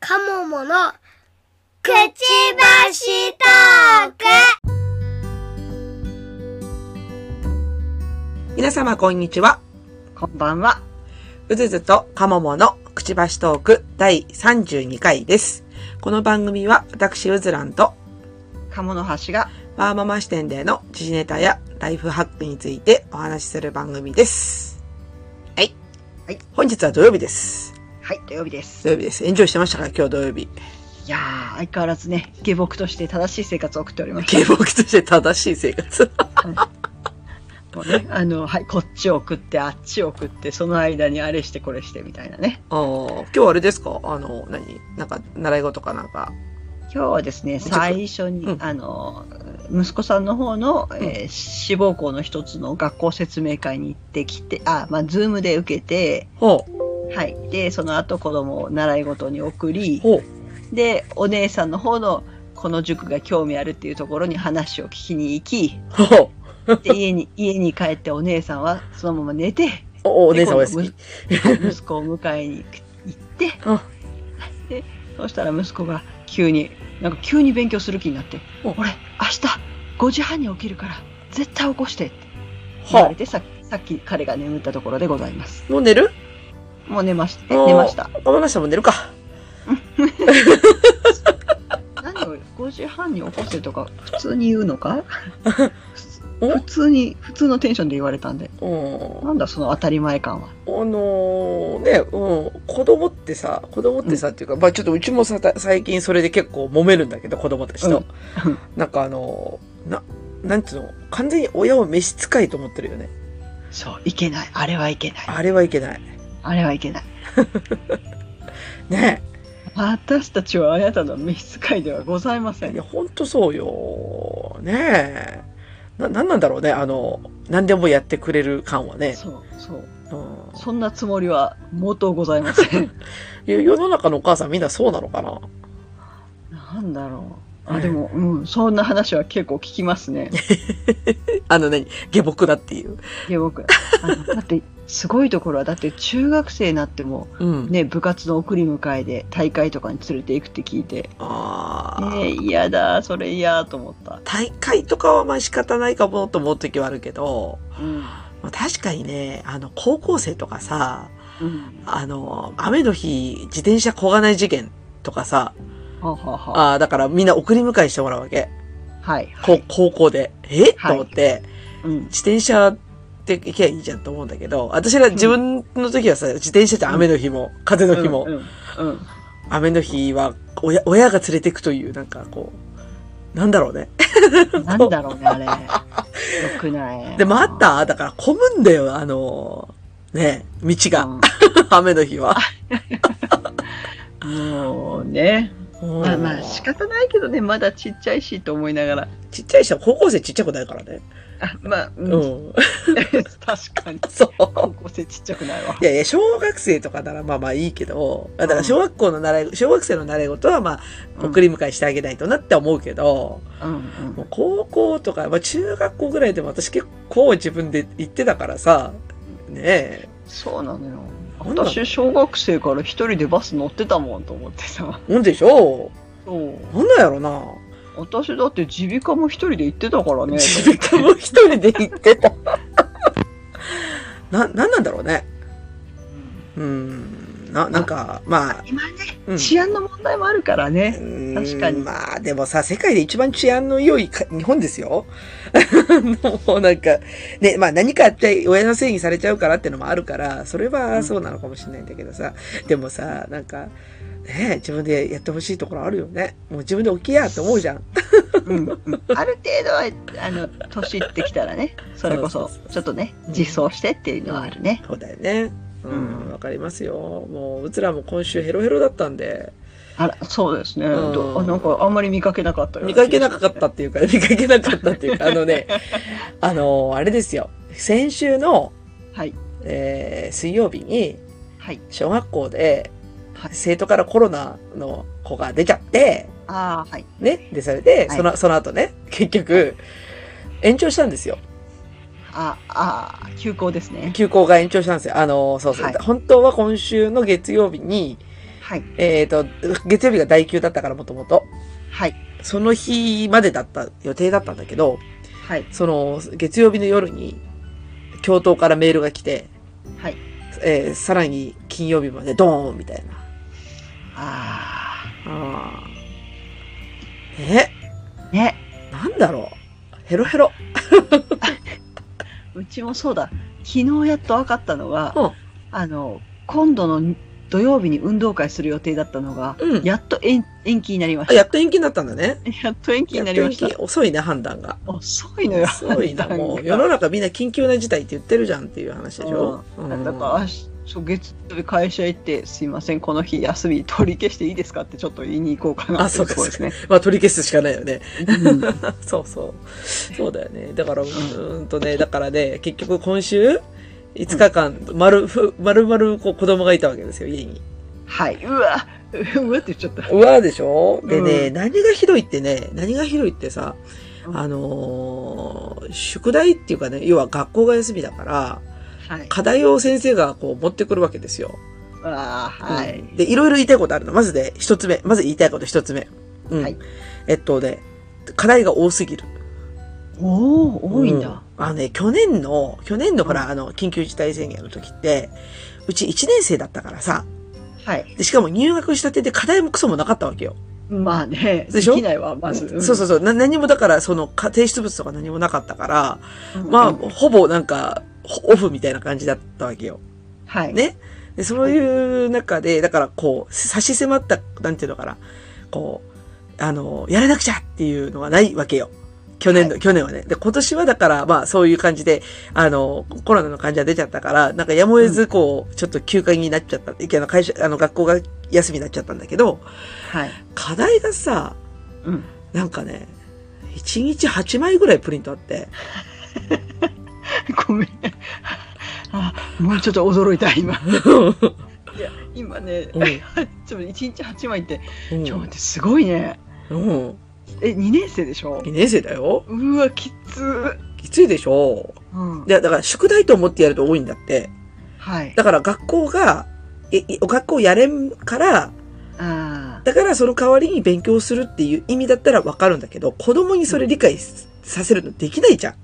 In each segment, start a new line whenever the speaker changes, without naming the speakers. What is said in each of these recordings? カモモのくちばしトーク
皆様、こんにちは。
こんばんは。
うずずとかもものくちばしトーク第32回です。この番組は、私、うずらんと、
鴨の橋が
ワーママ視点での時事ネタやライフハックについてお話しする番組です。はい。
はい
本日は土曜日です。
はい土曜日です。
土曜日です。エンジョイしてましたか今日土曜日。
いやー相変わらずね下僕として正しい生活を送っております。
警報として正しい生 活。
もうねあのはいこっちを送ってあっちを送ってその間にあれしてこれしてみたいなね。
あー今日はあれですかあの、何なんか、習い事かなんか。
今日はですね
ちょっと
最初に、
うん
あの息子さんの方の、
ん
えー志望校の一つの学校説明会に行ってきてあまあズームで受けて
ほう、
はいでその後子供を習い事に送り
ほう。
でお姉さんの方のこの塾が興味あるっていうところに話を聞きに行き
ほう。
で家に家に帰ってお姉さんはそのまま寝て
お、お姉さんお休
で
み。
今度む息子を迎えに行って
あ
でそしたら息子が急になんか急に勉強する気になって「
お
俺明日5時半に起きるから絶対起こして」って言わ
は
れてささっき彼が眠ったところでございます
あ、もう寝る
もう寝まし
あ
た
ー
寝ました
浜田さんも寝るか。
何を5時半に起こせとか普通に言うのか
お
普通に普通のテンションで言われたんで
うん。
なんだその当たり前感は
あのーね、うん、子供ってさ、子供ってさ、っていうか、まあちょっとうちもさ、た最近それで結構揉めるんだけど、子供たちと。
うんうん
なんかあのーな、なんつうの、完全に親を召使いと思ってるよね。
そういけないあれはいけない
あれはいけない。
あれはいけない
ね
私たちはあなたの召使いではございませ
え。いや、
ん。
ほんとそうよ。ねえ。な、なんなんだろうね、あの、何でもやってくれる感はね。
そう、そう。
うん
そんなつもりは毛頭ございませ ん。
いや世の中のお母さんみんなそうなのかな
なんだろう。
う
あ、
ん
でも、うん、そんな話は結構聞きますね。
あの何下僕だっていう。
いや、僕、あのだって、すごいところは、だって中学生になっても、
うん。
ね、部活の送り迎えで大会とかに連れて行くって聞いて、
ああ。
ねえ、嫌だ、それ嫌と思った。
大会とかはまあ仕方ないかもと思う時はあるけど、
うん。
まあ、確かにね、あの、高校生とかさ、
うん。
あの、雨の日、自転車こがない事件とかさ、
はあはあはあ
ああ、だからみんな送り迎えしてもらうわけ。
はい。は
こ
い。
高校で。えと
はい
思って、
うん。
自転車って行けばいいじゃんと思うんだけど、私ら自分の時はさ、自転車って雨の日も、風の日も、
うん。うん。うん
雨の日は親、親が連れてくという、なんかこう、なんだろうね。
なんだろうね、 あれ。よくない。
で、待っ。ただから混むんだよ、あの、ね、道が。雨の日は。
うんもうね。まあまあ仕方ないけどね、まだちっちゃいしと思いながら。
ちっちゃい人は高校生ちっちゃくないからね。
あまあ、うん
う
確
ん。
かに。
そう。
高校生ちっちゃくないわ
い。やいや、小学生とかならまあまあいいけど、だから小学校の習い、小学生の習い事はまあ、送り迎えしてあげないとなって思うけど、
うんう
も
ん
う高校とか、まあ中学校ぐらいでも私結構自分で行ってたからさ、ねえ、
そうなのよ。
なんだろう
私、小学生から一人でバス乗ってたもんと思ってさ。
なんでしょ
そう。
うなんなんやろな
私だって耳鼻科も一人で行ってたか らね。
自分科も一人で行ってた。 な、なんなんだろうね。
うん
うん。な、なんか、まあ、
今ね、
うん
治安の問題もあるか らね。
確
確かに
まあでもさ、世界で一番治安の良いか日本ですよ。 もうなんか、ね、まあ何かあって親のせいにされちゃうからってのもあるから、それはそうなのかもしれないんだけどさ、でもさ、なんか、ね、自分でやってほしいところあるよね。もう自分で起きやと思うじゃん。
うんうんある程度は、あの、年いってきたらね、それこそ
そうそうそう、
ちょっとね
う、ん
実装してっていうのはあるね。
そうだよね。う、
うんん
わかりますよ。もう、うつらも今週ヘロヘロだったんで、
あら、そうですね。
うん
どあなんかあんまり見かけなかったよ う
見
気が
か
し
け
ま
な
す
かったって いうか、見かけなかったっていうか、あのね、あの、あれですよ。先週の、
はい。
えー水曜日に
はい。
小学校で
はい
生徒からコロナの子が出ちゃって、
ああ、はい。
ね、で、それで、
はい
その、その後ね、結局、延長したんですよ。
ああー、休校ですね。
休校が延長したんですよ。あの、そうそう。
はい
本当は今週の月曜日に、
はい。
えっ、と、月曜日が第9だったからもともと、
はい。
その日までだった、予定だったんだけど、
はい。
その、月曜日の夜に、教頭からメールが来て、
はい。
えーさらに金曜日までドーンみたいな。
あ
あーえ
あ。ね。
なんだろうヘロヘロ。
うちもそうだ。昨日やっと分かったのは、
うん
あの、今度の土曜日に運動会する予定だったのが、
うん
やっと延延期になりま
あ、
した。
やっと延期になったんだね。
やっと延期になりまし
やっと延期
た。
遅いね、判断が。
遅いのよ。
遅いな、
判断
も
が
う。世の中みんな緊急な事態って言ってるじゃんっていう話でしょ。
うん
うん
だからあしそう月曜日会社行って「すいませんこの日休み取り消していいですか?」ってちょっと言いに行こうかな
あそうか
といところ
まあ取り消すしかないよね。
ですね、うん
そうそう。そうだよね。だから、うーんとね、だからね、結局今週、5日間、丸、ふ丸々こう子供がいたわけですよ、家に。
はいうわうわって言っちゃった
うわーでしょでね、
うん
何がひどいってね、何がひどいってさ
う、ん
あのー宿題っていうかね、要は学校が休みだから、
はい
課題を先生がこう持ってくるわけですよ。
あーはい、
うんで、いろいろ言いたいことあるの。まずね、一つ目。まず言いたいこと一つ目。うん。
はい
えっとね、課題が多すぎる。
おお多い
う
ん
ん
だ、
あのね、去年の、去年のほら、
う
あの、緊急事態宣言の時って、うち1年生だったからさ、
はい
でしかも入学したてで課題もクソもなかったわけよ。
まあね
で
で
しょ
きないわまず、
そうそうそう。な何もだから、その、か提出物とか何もなかったから、
うん
まあ、
うん
ほぼなんか、ほオフみたいな感じだったわけよ。
はい、
ね。で、そういう中で、だからこう、差し迫った、なんていうのかな、こう、あの、やらなくちゃっていうのはないわけよ。去年の、
は
去年はね。で、今年はだから、まあ、そういう感じで、あの、コロナの患者出ちゃったから、なんかやむを得ず、こう、ちょっと休暇になっちゃった。いやあの、会社、あの、学校が休みになっちゃったんだけど、
はい、
課題がさ、
うん、
なんかね、1日8枚ぐらいプリントあって、
ごめんあもうちょっと驚いた今
うん
いや今ね、
うん
ちょっと1日8枚ってちょっと待ってすごいね
うん。
え2年生でしょ
2年生だよ。
うわきつー
きついでしょ
うん
で、だから宿題と思ってやると多いんだって。
はい。
だから学校が、え、いお学校やれんから、
あ
だからその代わりに勉強するっていう意味だったらわかるんだけど、子供にそれ理解すさせるのできないじゃん。
ー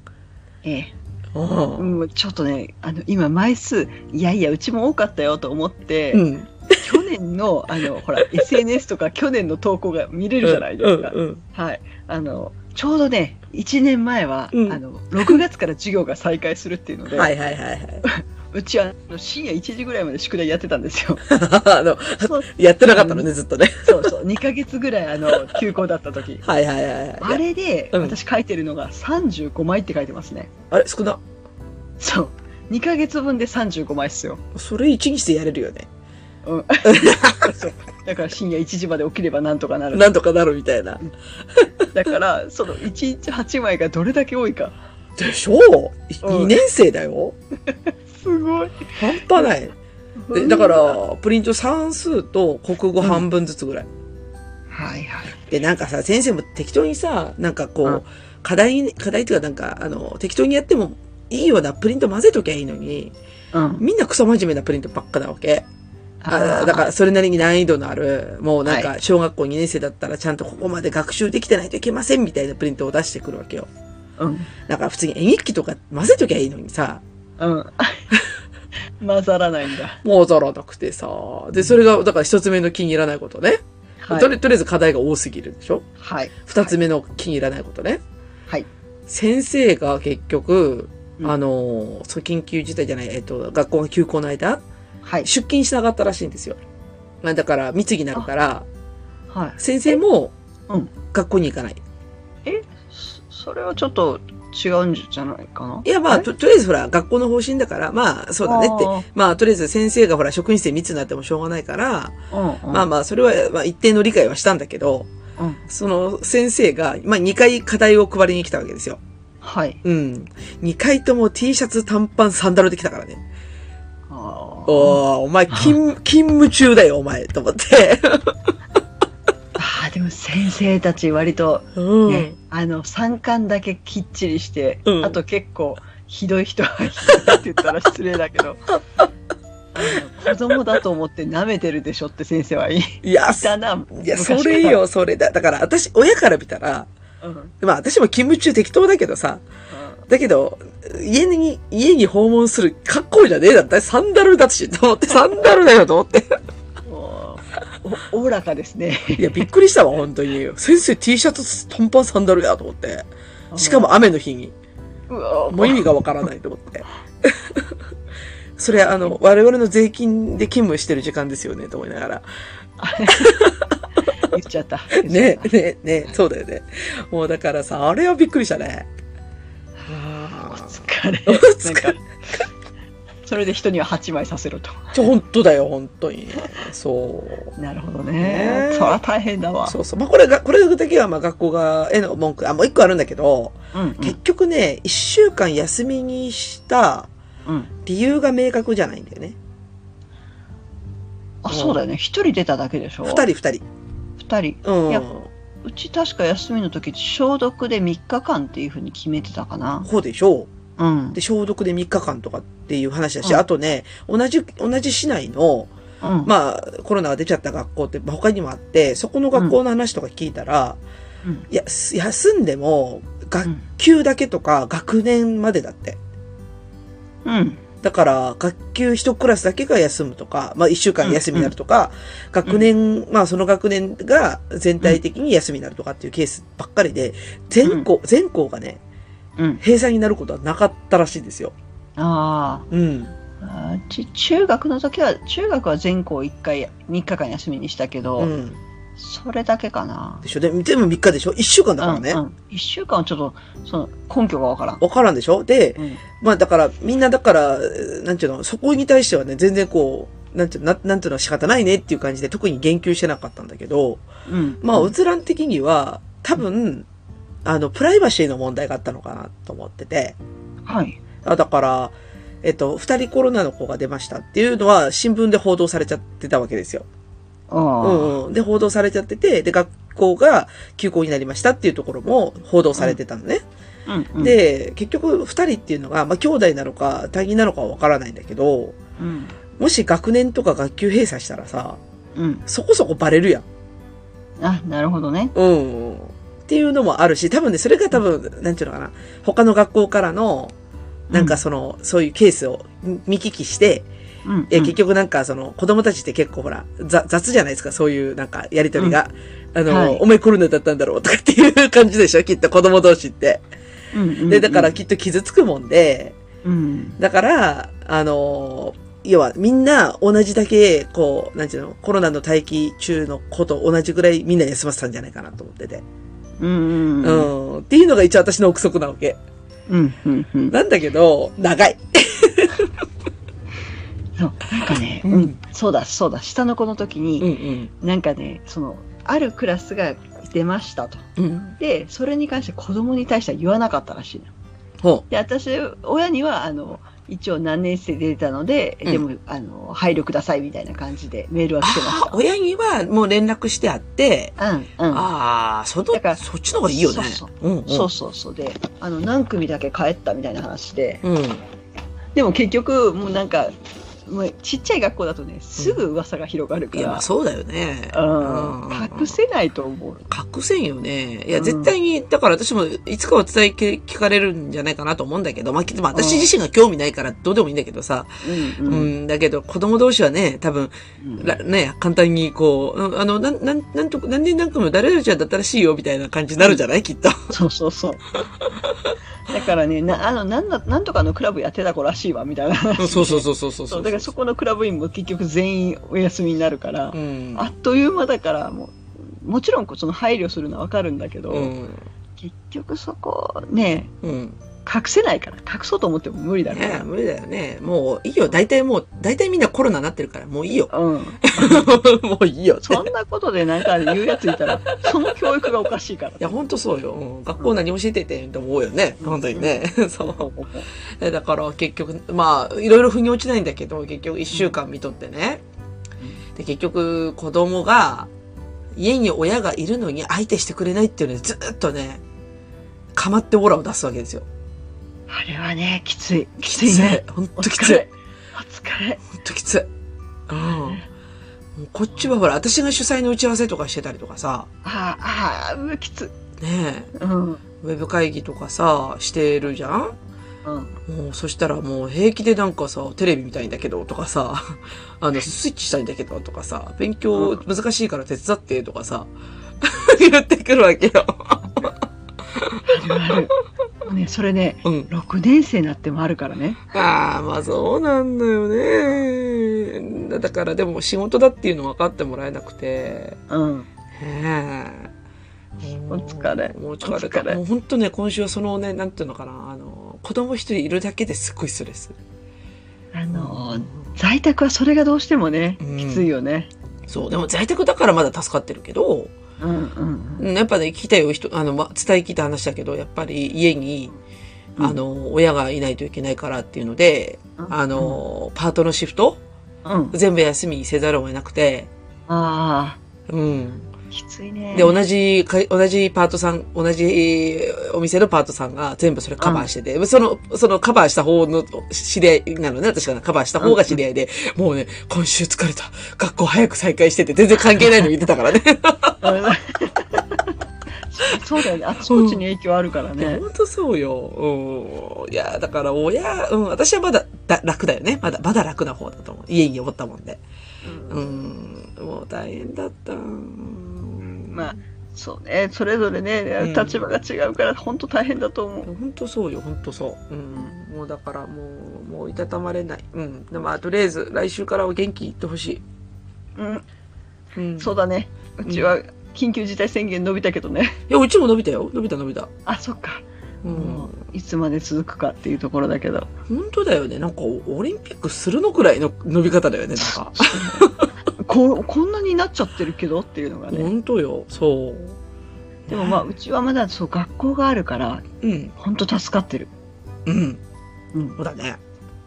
ええ、
う。
うんん、ちょっとね、あの、今枚数、いやいや、うちも多かったよと思って、
うん。
去年の、あの、 ほら、SNS とか去年の投稿が見れるじゃないですか。
うんうん
はい。あの、ちょうどね、1年前は、
うん
あの、6月から授業が再開するっていうの
うん
で、
はいはいはいはい。
うちはあの深夜1時ぐらいまで宿題やってたんで すよ。
あの、
そう
やってなかったのね、ずっとね。
そうそう、2ヶ月ぐらい、あの、休校だった時。
はいはいはいはい。
あれで、
うん
私書いてるのが35枚って書いてますね。
あれ少な。
そう。2ヶ月分で35枚っすよ。
それ一日でやれるよね。
うん、そうだから深夜1時まで起きればなんとかなる
なんとかなるみたいな。
だからその1日8枚がどれだけ多いか
でしょう
うん
?2 年生だよ。
すごい
半端ない。でだから、プリント算数と国語半分ずつぐらい。
はいはい
で、なんかさ、先生も適当にさ、なんかこう、
うん
課題、課題っていうかなんか、あの、適当にやってもいいようなプリント混ぜときゃいいのに、
うん
みんなクソ真面目なプリントばっかなわけ。あだから、それなりに難易度のある、もうなんか、
は
小学校2年生だったらちゃんとここまで学習できてないといけませんみたいなプリントを出してくるわけよ。
うん
だから普通に絵日記とか混ぜときゃいいのにさ、
うん 混ざらない んだ
もうざらなくてさ、で、それが、だから一つ目の気に入らないことね。
はい
とりとりあえず課題が多すぎるでしょ
はい
二つ目の気に入らないことね。
はい
先生が結局、
うん
あの、そう、緊急事態じゃない、えっと、学校が休校の間、
はい
出勤しなかったらしいんですよ。まあ、だから、密になるから、
はい
先生も
うん、
学校に行かない。
そそれはちょっと違うんじゃないかない
や、まあ、と、とりあえずほら、学校の方針だから、まあ、そうだねって。まあ、とりあえず先生がほら、職員室で密になってもしょうがないから、
うんうん
まあまあ、それは、まあ、一定の理解はしたんだけど、
うん
その先生が、まあ、2回課題を配りに来たわけですよ。
はい
うん。2回とも T シャツ、短パン、サンダルで来たからね。
あー
おー、お前、勤、勤務中だよ、お前、と思って。
あーでも先生たち割と
う
ね
ん。、
あの三冠だけきっちりして、
うん
あと結構ひどい人はひどいって言ったら失礼だけどあ子供だと思って舐めてるでしょって先生は言い
いや、
たな。
いや、
昔
そ
から
れ。よ、それだ。だから、私、親から見たら、
うんうん
まあ、私も勤務中適当だけどさ、だけど、家に、家に訪問する格好じゃねえだって、サンダルだし、と思って、サンダルだよ、と思って。
もうおおらかですね。
いや、びっくりしたわ、本当に。先生 T シャツ、短パン、サンダルや、と思って。 しかも雨の日に。
うん、うわ
もう意味がわからないと思って。 それ、あの、我々の税金で勤務してる時間ですよね、と思いながら。
言っちゃった。
ね、ね、ね、そうだよね。もうだからさ、あれはびっくりしたね。
お 疲れ。
お疲れ
なんかそれで人には8枚させろと。
ちょ、本当だよ、本当に。そう。
なるほど
ね
ね
え。
そりゃ大変だわ。
そうそう。まあ、これが、これだけは、まあ、学校が、への文句。あ、もう一個あるんだけど、
うんうん
結局ね、一週間休みにした
うん。
理由が明確じゃないんだよね。
あ、そうだよね。一人出ただけでしょ。
二人、。二人。
二人。
う
いや
ん。
うち確か休みの時消毒で3日間っていうふうに決めてたかな。
こうでしょう。
うん。
で、消毒で3日間とかっていう話だし、
うん
あとね、同じ、同じ市内の、
うん。
まあ、コロナが出ちゃった学校って、まあ、他にもあって、そこの学校の話とか聞いたら、
うん
いや、す休んでも、
う
学
ん
級だけとか、学年までだって。
うん。
だから、学級一クラスだけが休むとか、まあ一週間休みになるとか、学年、まあその学年が全体的に休みになるとかっていうケースばっかりで、全校、全校がね、
うん。
閉鎖になることはなかったらしいんですよ。
あ
うん。
ーあー。ち中学の時は、中学は全校1回、3日間休みにしたけど、
うん。
それだけかな
で。しょで、全部3日でしょ ?1 週間だからね。
う
わ、
んうん、1週間はちょっと、その根拠がわからん。
からんでしょで、
うん。
まあだから、みんなだから、えーなんていうの、そこに対してはね、全然こう、なんていうの、ななんていうの仕方ないねっていう感じで特に言及してなかったんだけど、
うん。
まあ、うつらん的には、多分、あの、プライバシーの問題があったのかなと思ってて、
はい。
あだから、えっと、二人コロナの子が出ましたっていうのは、新聞で報道されちゃってたわけですよ。
ああ。
うんうん。で、報道されちゃってて、で、学校が休校になりましたっていうところも報道されてたのね。
うんうん、
で、結局二人っていうのが、まあ、兄弟なのか、他人なのかはわからないんだけど、
うん。
もし学年とか学級閉鎖したらさ、
うん。
そこそこバレるやん。
あ、なるほどね。
うんうん。っていうのもあるし、多分ね、それが多分、なんていうのかな、他の学校からの、なんかその、そういうケースを見聞きして、
うん。
いや、結局なんかその、子供たちって結構ほら、ざ雑じゃないですか、そういうなんか、やりとりが。あの、
はい
お前コロナだったんだろうとかっていう感じでしょ、きっと子供同士って。
うん、うん。
で、だからきっと傷つくもんで、
うん。
だから、あの、要はみんな同じだけ、こう、なんていうの、コロナの待機中の子と同じぐらいみんな休ませたんじゃないかなと思ってて。
うん。うん。
う
うん。
んっていうのが一応私の憶測なわけ。
うん。うん。うん。
なんだけど、長い。
そう。なんかね、
うん
うん。そうだ、そうだ。下の子の時
ん
に、なんかね、その、あるクラスが出ましたと。
うん。うん。
で、それに関して子供に対しては言わなかったらしいの。
ほ
で、私、親には、あの、一応何年生で出たので、
うん
でも、あの、配慮くださいみたいな感じでメールは来てま
あ
し
あ、親にはもう連絡してあって、
た。うん、うん。
ああ、そ
だから
の、そっちの方がいいよね。
そう
うんん
そうそうそうで、あの、何組だけ帰ったみたいな話で、
うん。
でも結局、もうなんか、もうちっちゃい学校だとね、すぐ噂が広がるか
いや、まあ
ら、
そうだよね。
うん
うん
隠せないと思う。
隠せんよね。いや、
うん
絶対に、だから私もいつかは伝えけ聞かれるんじゃないかなと思うんだけど、まあ、きっとまあ私自身が興味ないからどうでもいいんだけどさ。
う、
うん
うん。
ん、だけど子供同士はね、多分、
うん
らね、簡単にこう、うんあの、なん、なん、なんと、何年何組も誰々ちゃんだったらしいよ、みたいな感じになるんじゃないきっと。
そうそうそう。だからね、なあのなんだなんとかのクラブやってた子らしいわみたいな。そう
そうそうそうそうそう
だからそこのクラブ員も結局全員お休みになるから、
うん。
あっという間だからもうもちろんこうその配慮するのはわかるんだけど、
うん。
結局そこね
うん。
隠せないから隠そうと思っても無理だか
ね
ら。
無理だよね。もういいよ。大体もう、大体みんなコロナになってるから、もういいよ。
うん、
もういいよって。い
そんなことでなんか言うやつい たら、その教育がおかしいから。
や、ほんとそうよ。うん学校何教えててんと思うよね。
うん
本当にね。 そうう。だから結局、まあ、いろいろ腑に落ちないんだけど、結局一週間見とってね。で、結局子供が、家に親がいるのに相手してくれないっていうので、ずっとね、かまってオーラを出すわけですよ。
あれはね、きつい。きついね。
ほんとき
お疲
つい
れ。疲れ。
ほんときつい。うん。もうこっちはほら、私が主催の打ち合わせとかしてたりとかさ、
ああ、ああ、うわきつい。
ねえ、
うん。
ウェブ会議とかさ、してるじゃん
うん。
もうそしたらもう平気でなんかさ、テレビ見たいんだけどとかさ、 あの、スイッチしたいんだけどとかさ、勉強
うん
難しいから手伝ってとかさ、 言ってくるわけよ。
あるある。もうね、それね、
うん。
6年生になってもあるからね。
ああ、まあそうなんだよね。だからでも仕事だっていうの分かってもらえなくて。
うん。
ねえ。
お疲れ
もう疲れ
お疲
た。
れ
もう本当ね、今週はそのね、なんていうのかな、あの、子供一人いるだけですっごいストレス。
あの、在宅はそれがどうしてもね、
うん
きついよね。
そう、でも在宅だからまだ助かってるけど、
うんうん
うんやっぱね、聞いたよ、人、あの、ま伝え聞いた話だけど、やっぱり家に、
うん
あの、親がいないといけないからっていうので、
うん。
あ、の、パートのシフト
うん。
全部休みにせざるを得なくて、
あ
うん。
あ、きついね。
で、同じか、同じパートさん、同じお店のパートさんが全部それカバーしてて、その、そのカバーした方の知り合いなのね、私がカバーした方が知り合いで、もうね、今週疲れた。学校早く再開してて、全然関係ないの言ってたからね。
うん そうだよね。あちこちに影響あるからね。
本当そうよ。うん。いや、だから親、うん、私はまだだ楽だよね。まだ、まだ楽な方だと思う。家に思ったもんで。うん。もう大変だった。うん
まあ、そうね。それぞれね、
うん
立場が違うから、本当大変だと思う。
本当そうよ、本当そう。うん。もうだからもう、もういたたまれない。うん。でもまあ、とりあえず、来週からお元気いってほし
うん、
い。うん。。
そううだね。うちは緊急事態宣言伸びたけどね。
いや、うちも伸びたよ。伸びた伸びた。
あ、そっか。
うん。
もういつまで続くかっていうところだけど。
本当だよね。なんか、オリンピックするのくらいの伸び方だよね、なんか。
ここんなになっちゃってるけどっていうのがね。
本当よ、そう。
でもまあ、うちはまだそう、学校があるから、
うん。
本当助かってる。
うん。
うん
そうだね。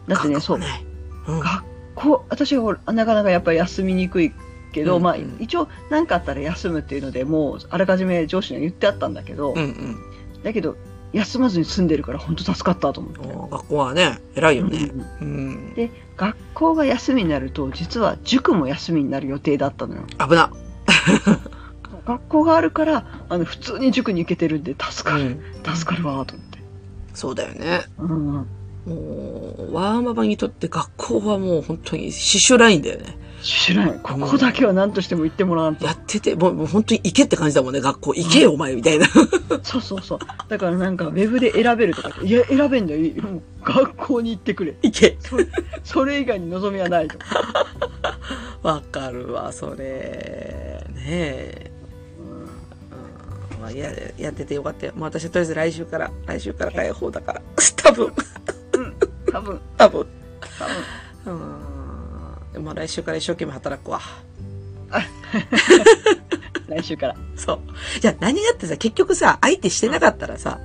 だってね、そう。
ね。うん。
学校、私はほらなかなかやっぱり休みにくいけど、
うん
まあ
うん
一応何かあったら休むっていうので、もうあらかじめ上司には言ってあったんだけど、
うんうん。
だけど休まずに住んでるから本当助かったと思って。
おー学校はね、偉いよね
う。んうん
うん。
で学校が休みになると実は塾も休みになる予定だったのよ
危な。
学校があるからあの普通に塾に行けてるんで助か
う
る、
ん。
助かるわーと思って、
そうだよね。
うんうん、
もう、ワーママにとって学校はもう本当に死守ラインだよね。
知らんここだけは何としても行ってもらわんと
やってて、もうもう本当に行けって感じだもんね。学校行けよ、お前、みたいな。
そうそうそうだからなんかウェブで選べるとかいや選べんだよいいもう学校 に行ってくれ
行け。
それそれ以外に望みはないと、
わかるわ、それ。ねえ。うんまあ、ややっててよかったよ。もう私はとりあえず来週から、来週から解放だから。多分、
多分
多分。
多分
うん。もう来週から一生懸命働くわ。
来週から
そう。じゃあ何がってさ、結局さ、相手してなかったらさ、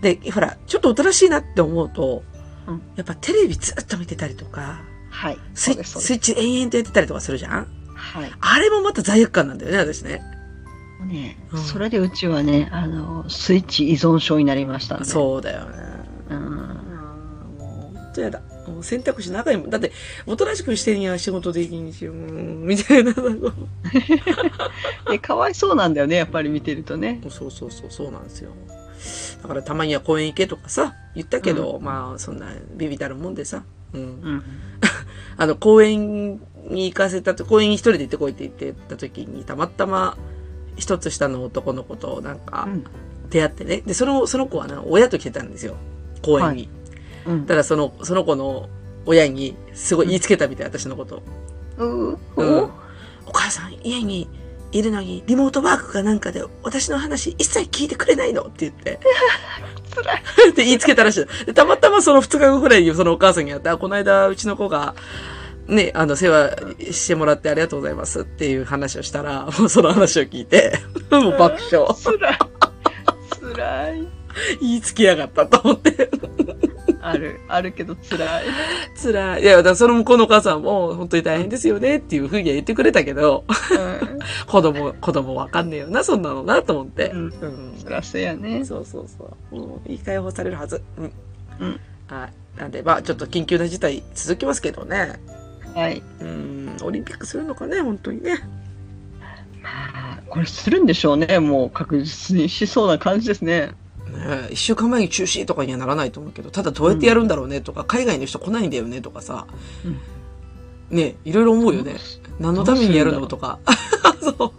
で、ほら、ちょっとおとなしいなって思うと、
うん
やっぱテレビずっと見てたりとか、
はい
ス
そ
イ
うで
ッチ、
すそう
ス
で
イッチ延々とやってたりとかするじゃん
すはい
あれもまた罪悪感なんだよね、私ね。
ね、
うん
それでうちはねあのスイッチ依存症になりましたんで
そうだよね。
うん
もう、ほんとやだ。もう選択肢長いもん。だって、おとなしくしてんや、仕事できんし、うん、みたいな。 そ
でかわいそうなんだよねやっぱり見てるとね
うそうそう、そうなんですよ。だからたまには公園行けとかさ、言ったけど、まあ、そんな、ビビたるもんでさ。うん
うん
あの、公園に行かせたと、公園に一人で行ってこいって言ってた時に、たまたま、一つ下の男の子となんか
うん
出会ってね。で、その、その子はね、親と来てたんですよ。公園に。
うん
ただ、その、その子の親に、すごい言いつけたみたい、私のこと。
う
うん
う
お母さん、家にいるのに、リモートワークかなんかで、私の話一切聞いてくれないのって言 って。
つらい
って言いつけたらしい。でたまたまその2日後くらいにそのお母さんに会って、あ、この間うちの子が、ね、あの、世話してもらってありがとうございますっていう話をしたら、 もうその話を聞い て、もう爆笑。
つらいつらい
言いつけやがったと思って。
あるあるけどつらい
辛い。いや、だからその向こうのお母さんも、本当に大変ですよねっていうふうには言ってくれたけど、 子供、子供わかんねえよな、そんなのな、と思って。
うん
うん
つらせやね
そうそうそう。もう、いい解放されるはず。うん。
うん
はい。なんで、まあ、ちょっと緊急な事態続きますけどね。
はい。
うん、オリンピックするのかね、本当にね。
まあ、これするんでしょうね。もう確実にしそうな感じですね。
ねえ一週間前に中止とかにはならないと思うけど、ただどうやってやるんだろうねとか、海外の人来ないんだよねとかさ、ねえいろいろ思うよね。何のためにやるのとか。
そ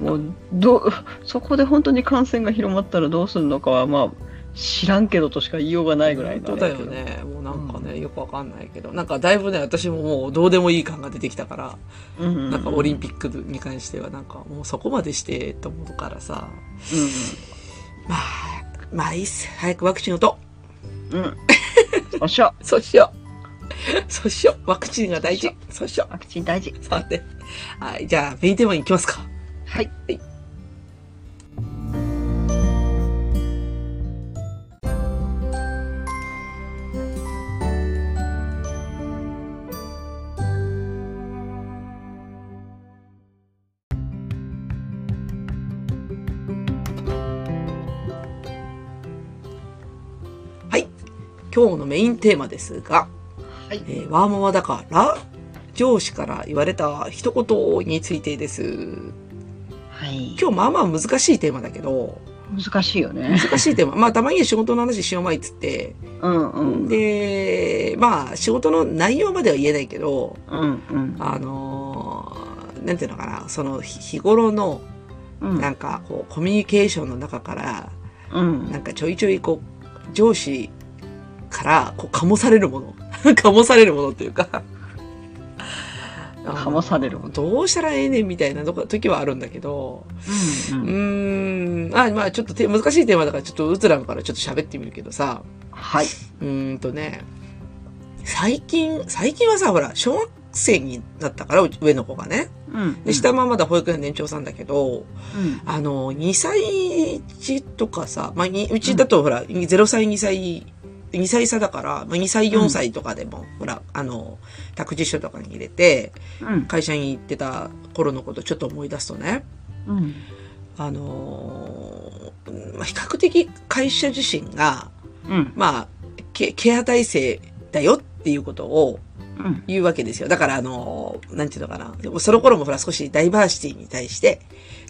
うもうどうそこで本当に感染が広まったらどうするのかはまあ知らんけどとしか言いようがないぐらいの
本
あ
当だ
れ
よ
やけど
ね。もうなんかね、よくわかんないけど、なんかだいぶね、私ももうどうでもいい感が出てきたから、
うんうんうん
なんかオリンピックに関してはなんかもうそこまでしてと思うからさ、まあ、まあいいっす。早くワクチンをと。
うんうん、うん、そうしよ
そうしよう。 そうしよう。ワクチンが大事。そうしよ
うワクチン大事
う。さて。はい、じゃあメインテーマに行きますか。
はい
はい。今日のメインテーマですが、
はい
えーワーママだから、上司から言われた一言についてです。
はい
今日まあまあ難しいテーマだけど、
難しいよね
難しいテーマ。まあたまには仕事の話しようまいっつって、
うんうん
で、まあ仕事の内容までは言えないけど、
うんうん
あのーなんていうのかな、その日日頃の、
うん
なんかこう、コミュニケーションの中から、
うん
なんかちょいちょいこう、上司から、こう、かもされるもの。 かもされるものっていうか。
かもされるもの
どうしたらええねんみたいなとこ時はあるんだけど、
う
うん
うん
ーん、あ、まあちょっとて難しいテーマだからちょっとうつらんからちょっと喋ってみるけどさ、
はいう
ーんとね、最近、最近はさ、ほら、小学生になったから、うち上の子がね。
うん
で、下もまだ保育園の年長さんだけど、
うん
あの、2歳児とかさ、まあ、にうちだとほら、0歳、2歳、2歳差だから、まあ、2歳、4歳とかでも、ほら、あの、託児所とかに入れて、
うん
会社に行ってた頃のことちょっと思い出すとね、
うん
あのーまあ比較的会社自身が、
うん
まあ、ケケア体制だよっていうことを
うん
言うわけですよ。だから、あのーなんていうのかな。でもその頃もほら少しダイバーシティに対して、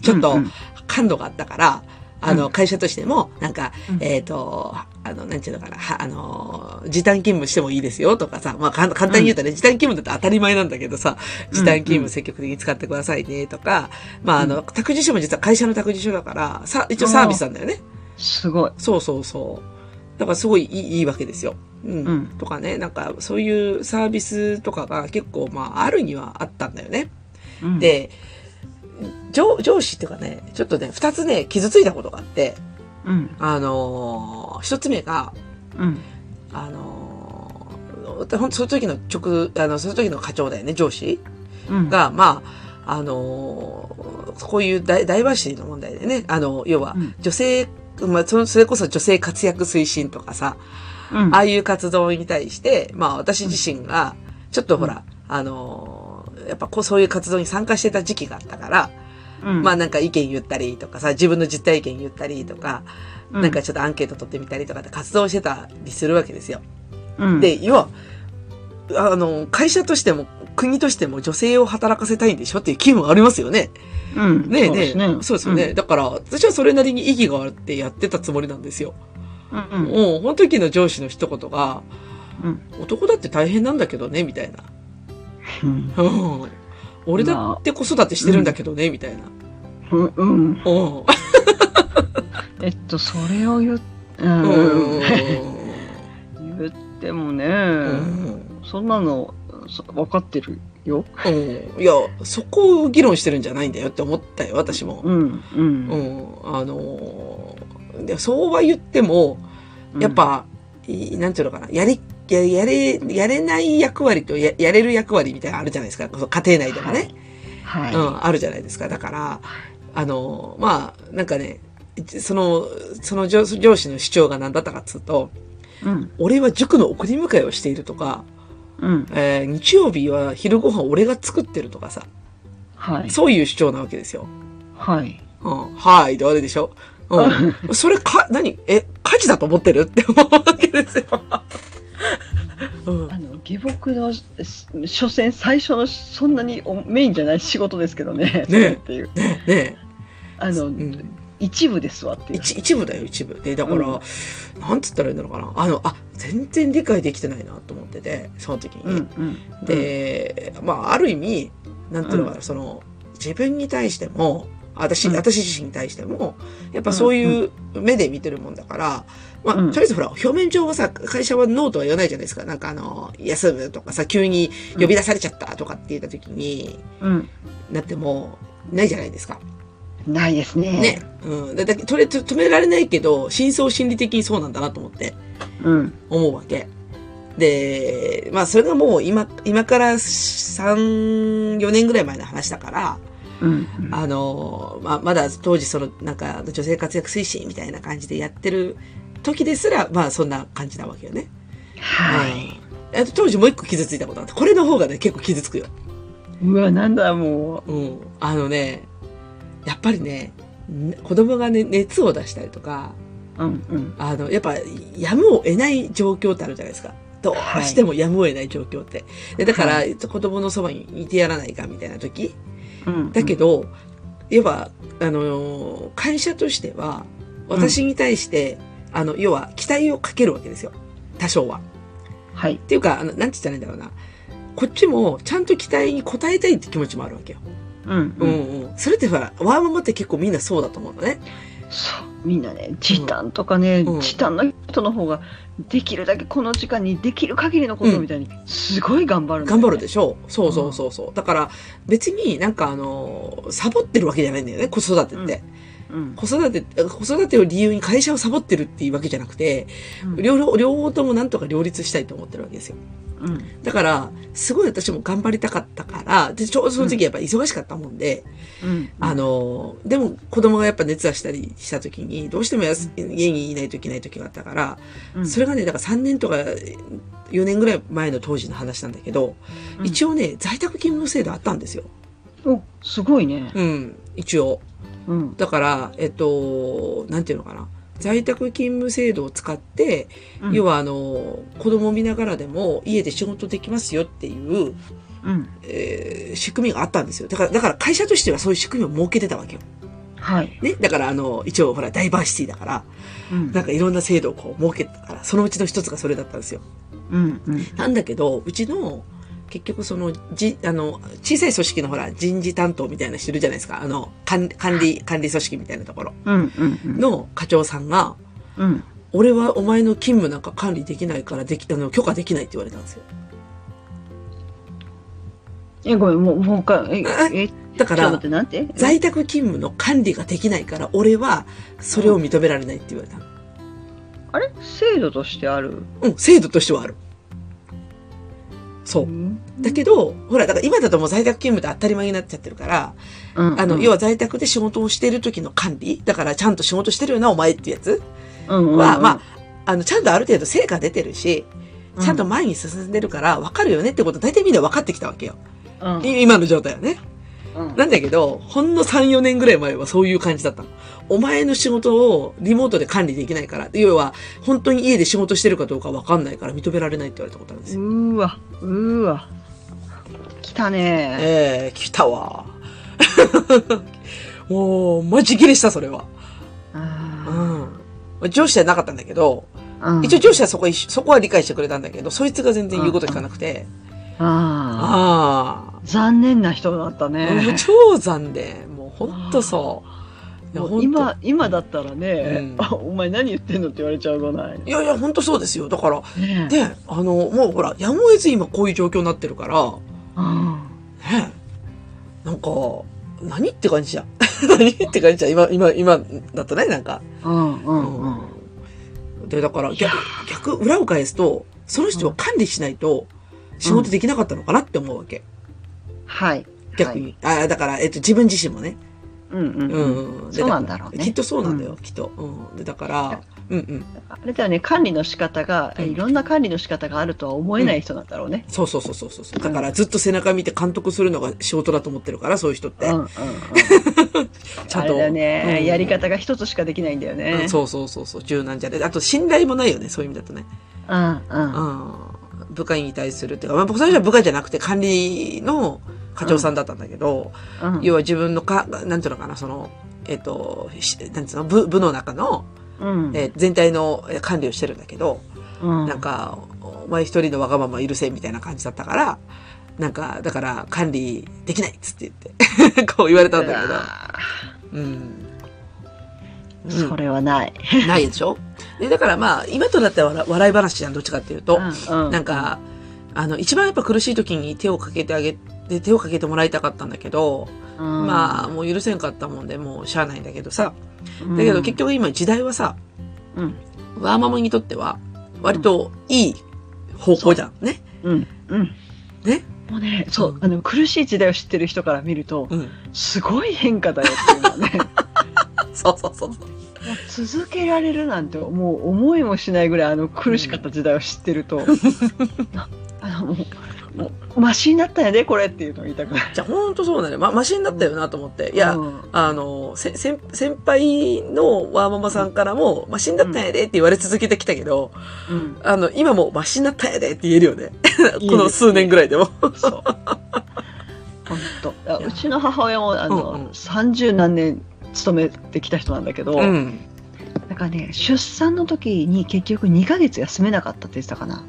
ちょっ
う
と
んうん
感度があったから、あ
う
の、
ん
会社としても、なんか、
うん
えっ、と、あの、なんていうのかな、はあのー、時短勤務してもいいですよとかさ、まあ、かん簡単に言うとね、時短勤務だって当たり前なんだけどさ、時短勤務積極的に使ってくださいねとか、まあ、あの、託児所も実は会社の託児所だから、さ、一応サービスなんだよね。
すごい
そうそうそう。だからすごいいいいいわけですよ。うん。
うん
とかね、なんかそういうサービスとかが結構まああるにはあったんだよね。
うん
で、上上司っていうかね、ちょっとね、二つね、傷ついたことがあって、
うん
あのー一つ目が、
うん
あのーほんとその時の直、あの、その時の課長だよね、上司
うん
が、まあ、あのーこういうダイダイバーシティの問題でね、あの、要は
うん、
女性、まあ、そのそれこそ女性活躍推進とかさ、
うん
ああいう活動に対して、まあ私自身が、ちょっとほら、あのーやっぱこうそういう活動に参加してた時期があったから、
うん
まあなんか意見言ったりとかさ、自分の実体験言ったりとか、
うん
なんかちょっとアンケート取ってみたりとかって活動してたりするわけですよ。
うん
で、要は、あの、会社としても国としても女性を働かせたいんでしょっていう気分ありますよね。
うん
ねえ
そう
ね
です
え。
ね
そうですよね。だから私はそれなりに意義があってやってたつもりなんですよ。
うんう
うんん、その時の上司の一言が、
うん
男だって大変なんだけどね、みたいな。
うん
うん。俺だって子育てしてるんだけどね、みたいな。
うんうん
うん。
えっとそれを言っうん
うん。
言ってもね、
うん
そんなのそ分かってるよ。
うんいや、そこを議論してるんじゃないんだよって思ったよ、私も。
うんう。
うんん。あのーでそうは言っても、やっ、ぱ、いなんていうのかな、やり、ややれ、やれない役割とややれる役割みたいなのあるじゃないですか、この家庭内でもね。
はいはい。
うん、あるじゃないですか。だから、あの、まあ、なんかね、その、その上上司の主張が何だったかっつうと、
うん
俺は塾の送り迎えをしているとか、
うん
えー日曜日は昼ご飯俺が作ってるとかさ、
はい
そういう主張なわけですよ。
はい。
うん、はい、であれでしょ。うん。それか、何え、火事だと思ってるって思うわけですよ。 うん
あの下僕のし所詮最初のそんなにおメインじゃない仕事ですけどね
ね
っていう
ね
あ
え、
の、
うん
一部ですわっていう
一一部だよ一部でだから、
う
なんつったらいいんだろうかなあのあ全然理解できてないなと思っててその時に、
うんうん、
で、まあある意味なんていうのかな、
う
その自分に対しても私、
うん
私自身に対してもやっぱそういうう目で見てるもんだから、まあ、
うん
とりあえずほら表面上はさ会社はノーとは言わないじゃないですかなんかあの休むとかさ急に呼び出されちゃったとかって言った時に、
うん、
なってもないじゃないですか。
うんないですね
ね。うん。だだとれと止められないけど、真相心理的にそうなんだなと思って
うん
思うわけ。で、まあそれがもう今、今から3、4年ぐらい前の話だから、
うんうん
あの、まあまだ当時そのなんか女性活躍推進みたいな感じでやってる時ですら、まあそんな感じなわけよね。
はい
うん。あと当時もう一個傷ついたことあって、これの方がね結構傷つくよ。
うわなんだも
うん。あのね、やっぱりね、ん子供がね、熱を出したりとか、
ううんうん
あの、やっぱ、やむを得ない状況ってあるじゃないですか。どうしてもやむを得ない状況って。でだから、
は
子供のそばにいてやらないかみたいな時。
うん
だけど、要は、あのー、会社としては、私に対して、あの、要は、期待をかけるわけですよ。多少は。
はい
っていうか、あのなんて言ったらいいんだろうな。こっちも、ちゃんと期待に応えたいって気持ちもあるわけよ。
うん
う
うんん、
うん。それってほら、ワーママって結構みんなそうだと思うのね。
そうみんなね時短とかね、
うん
時短の人の方ができるだけこの時間にできる限りのことみたいにすごい頑張るんだよ
頑
ね、
張るでしょう。そうそうそうそう。だから別になんかあの、サボってるわけじゃないんだよね、子育てって。
うん
子育て、子育てを理由に会社をサボってるっていうわけじゃなくて、両方、両方ともなんとか両立したいと思ってるわけですよ。
うん
だから、すごい私も頑張りたかったから、で、ちょうどその時やっぱ忙しかったもんで、
うん
あの、でも子供がやっぱ熱出したりした時に、どうしてもやす家にいないといけない時があったから、
うん
それがね、だから3年とか4年ぐらい前の当時の話なんだけど、
うん
一応ね、在宅勤務制度あったんですよ。
おすごいね
うん、一応。
うん
だから、えっと、なんていうのかな。在宅勤務制度を使って、
うん
要はあの、子供見ながらでも家で仕事できますよっていう、
うん
えー仕組みがあったんですよ。だから、だから会社としてはそういう仕組みを設けてたわけよ。
はい
ね。だからあの、一応ほら、ダイバーシティだから、
うん
なんかいろんな制度をこう設けてたから、そのうちの一つがそれだったんですよ。
うんうん
なんだけど、うちの、結局その、じ、あの、小さい組織のほら、人事担当みたいな人いるじゃないですか。あの、管管理、管理組織みたいなところ
うんうん
の課長さんが、
うんうん
俺はお前の勤務なんか管理できないから、でき、あの、許可できないって言われたんですよ。
えごめんもうもう一回ええち
だか
ょ
ら
っと待って、なんて
在宅勤務の管理ができないから、俺はそれを認められないって言われた。
あれ制度としてある
うん、制度としてはある。そう
う。ん
だけど、ほら、だから今だともう在宅勤務って当たり前になっちゃってるから、
うん
あの、
うん
要は在宅で仕事をしてる時の管理だからちゃんと仕事してるよな、お前ってやつ
うんうん
は、まあ、あの、ちゃんとある程度成果出てるし、
うん
ちゃんと前に進んでるから分かるよねってこと大体みんな分かってきたわけよ。
うん
い今の状態はね。
うん
なんだけど、ほんの3、4年ぐらい前はそういう感じだったの。お前の仕事をリモートで管理できないから、要は本当に家で仕事してるかどうか分かんないから認められないって言われたことあるんですよ。
うーわ、うーわ。来たね
ええ来たわ。 もう、マジギレした、それは。う
あ
ん。上司じゃなかったんだけど、
ーうん
一応上司はそこ、そこは理解してくれたんだけど、そいつが全然言うこと聞かなくて、
あ
あ
ー残念な人だった
あ、もう
ね。
超残念。もうほんとそう。いや
も
ほん
う
と
今、今だったら
うん
ね、あお前何言ってんのって言われちゃうぐらい。
いやいや、ほんとそうですよ。だから、
ねえ。
ね、あの、もうほら、やむを得ず今こういう状況になってるから、
うん
ね、なんか、何って感じじゃん。 何って感じじゃん。今、今、今だったね、なんか。
うんうんうん。
うん。で、だから
いや
逆、逆、裏を返すと、その人を管理しないと、仕事できなかったのかなって思うわけ。
はい。
逆
はい。
に。ああ、だから、えっと、自分自身もね。
うんう
うん
んうん。
うん。で
そうなんだろうね。
きっとそうなんだよ、きっと。うん。で、だから、うんうん。
あれだよね、管理の仕方が、
うん
いろんな管理の仕方があるとは思えない人なんだろうね。
そうそうそうそうそう。だからずっと背中見て監督するのが仕事だと思ってるから、そういう人っ
う
て
ん。うんうん。
ちゃ
あ
んと。
れだね、
うん
やり方が一つしかできないんだよね。
うんそうそうそうそう、柔軟じゃない。あと信頼もないよね、そういう意味だとね。
うんうん。
うん。部下に対するっていうか、まあ僕最初は部下じゃなくて管理の課長さんだったんだけど、
うん
要は自分のか、なんていうのかな、その、えっ、と、しなんつうの、部、部の中の、
うん
えー全体のえー管理をしてるんだけど、
うん
なんか、おお前一人のわがまま許せみたいな感じだったから、なんか、だから管理できないっつって言って、 こう言われたんだけど、うん。うん
それはない。
ないでしょで、だからまあ、今となっては笑笑い話じゃん、どっちかっていうと。
うんう
なんか、あの、一番やっぱ苦しい時に手をかけてあげて、手をかけてもらいたかったんだけど、まあ、もう許せんかったもんで、もうしゃあないんだけどさ。
あ
だけど結、局今時代はさ、
うん
ワーママにとっては、割といい方向じゃん。ね。
うんうん。
ね。
もうね、そううんあの苦しい時代を知ってる人から見ると
うん。
すごい変化だよっていうのはねも
そうそうそうそう。
う続けられるなんてもう思いもしないぐらいあの苦しかった時代を知っ てると、なあのもうもうマシになったんやでこれっていうのを言いたくなる。
じゃあほんとそうだね。ま、マシになったよなと思って。いや、
うん
あの、せ、先、先輩のワーママさんからも、マシになったんやでって言われ続けてきたけど、
うん
あの、今もマシになったんやでって言えるよ ね。
いいですね
この数年ぐらいでも。
そう。本当。あうちの母親もあ
うんうん
の三十、何年勤めてきた人なんだけど、
うん。
なんかね出産の時に結局2ヶ月休めなかったって言ってたかな。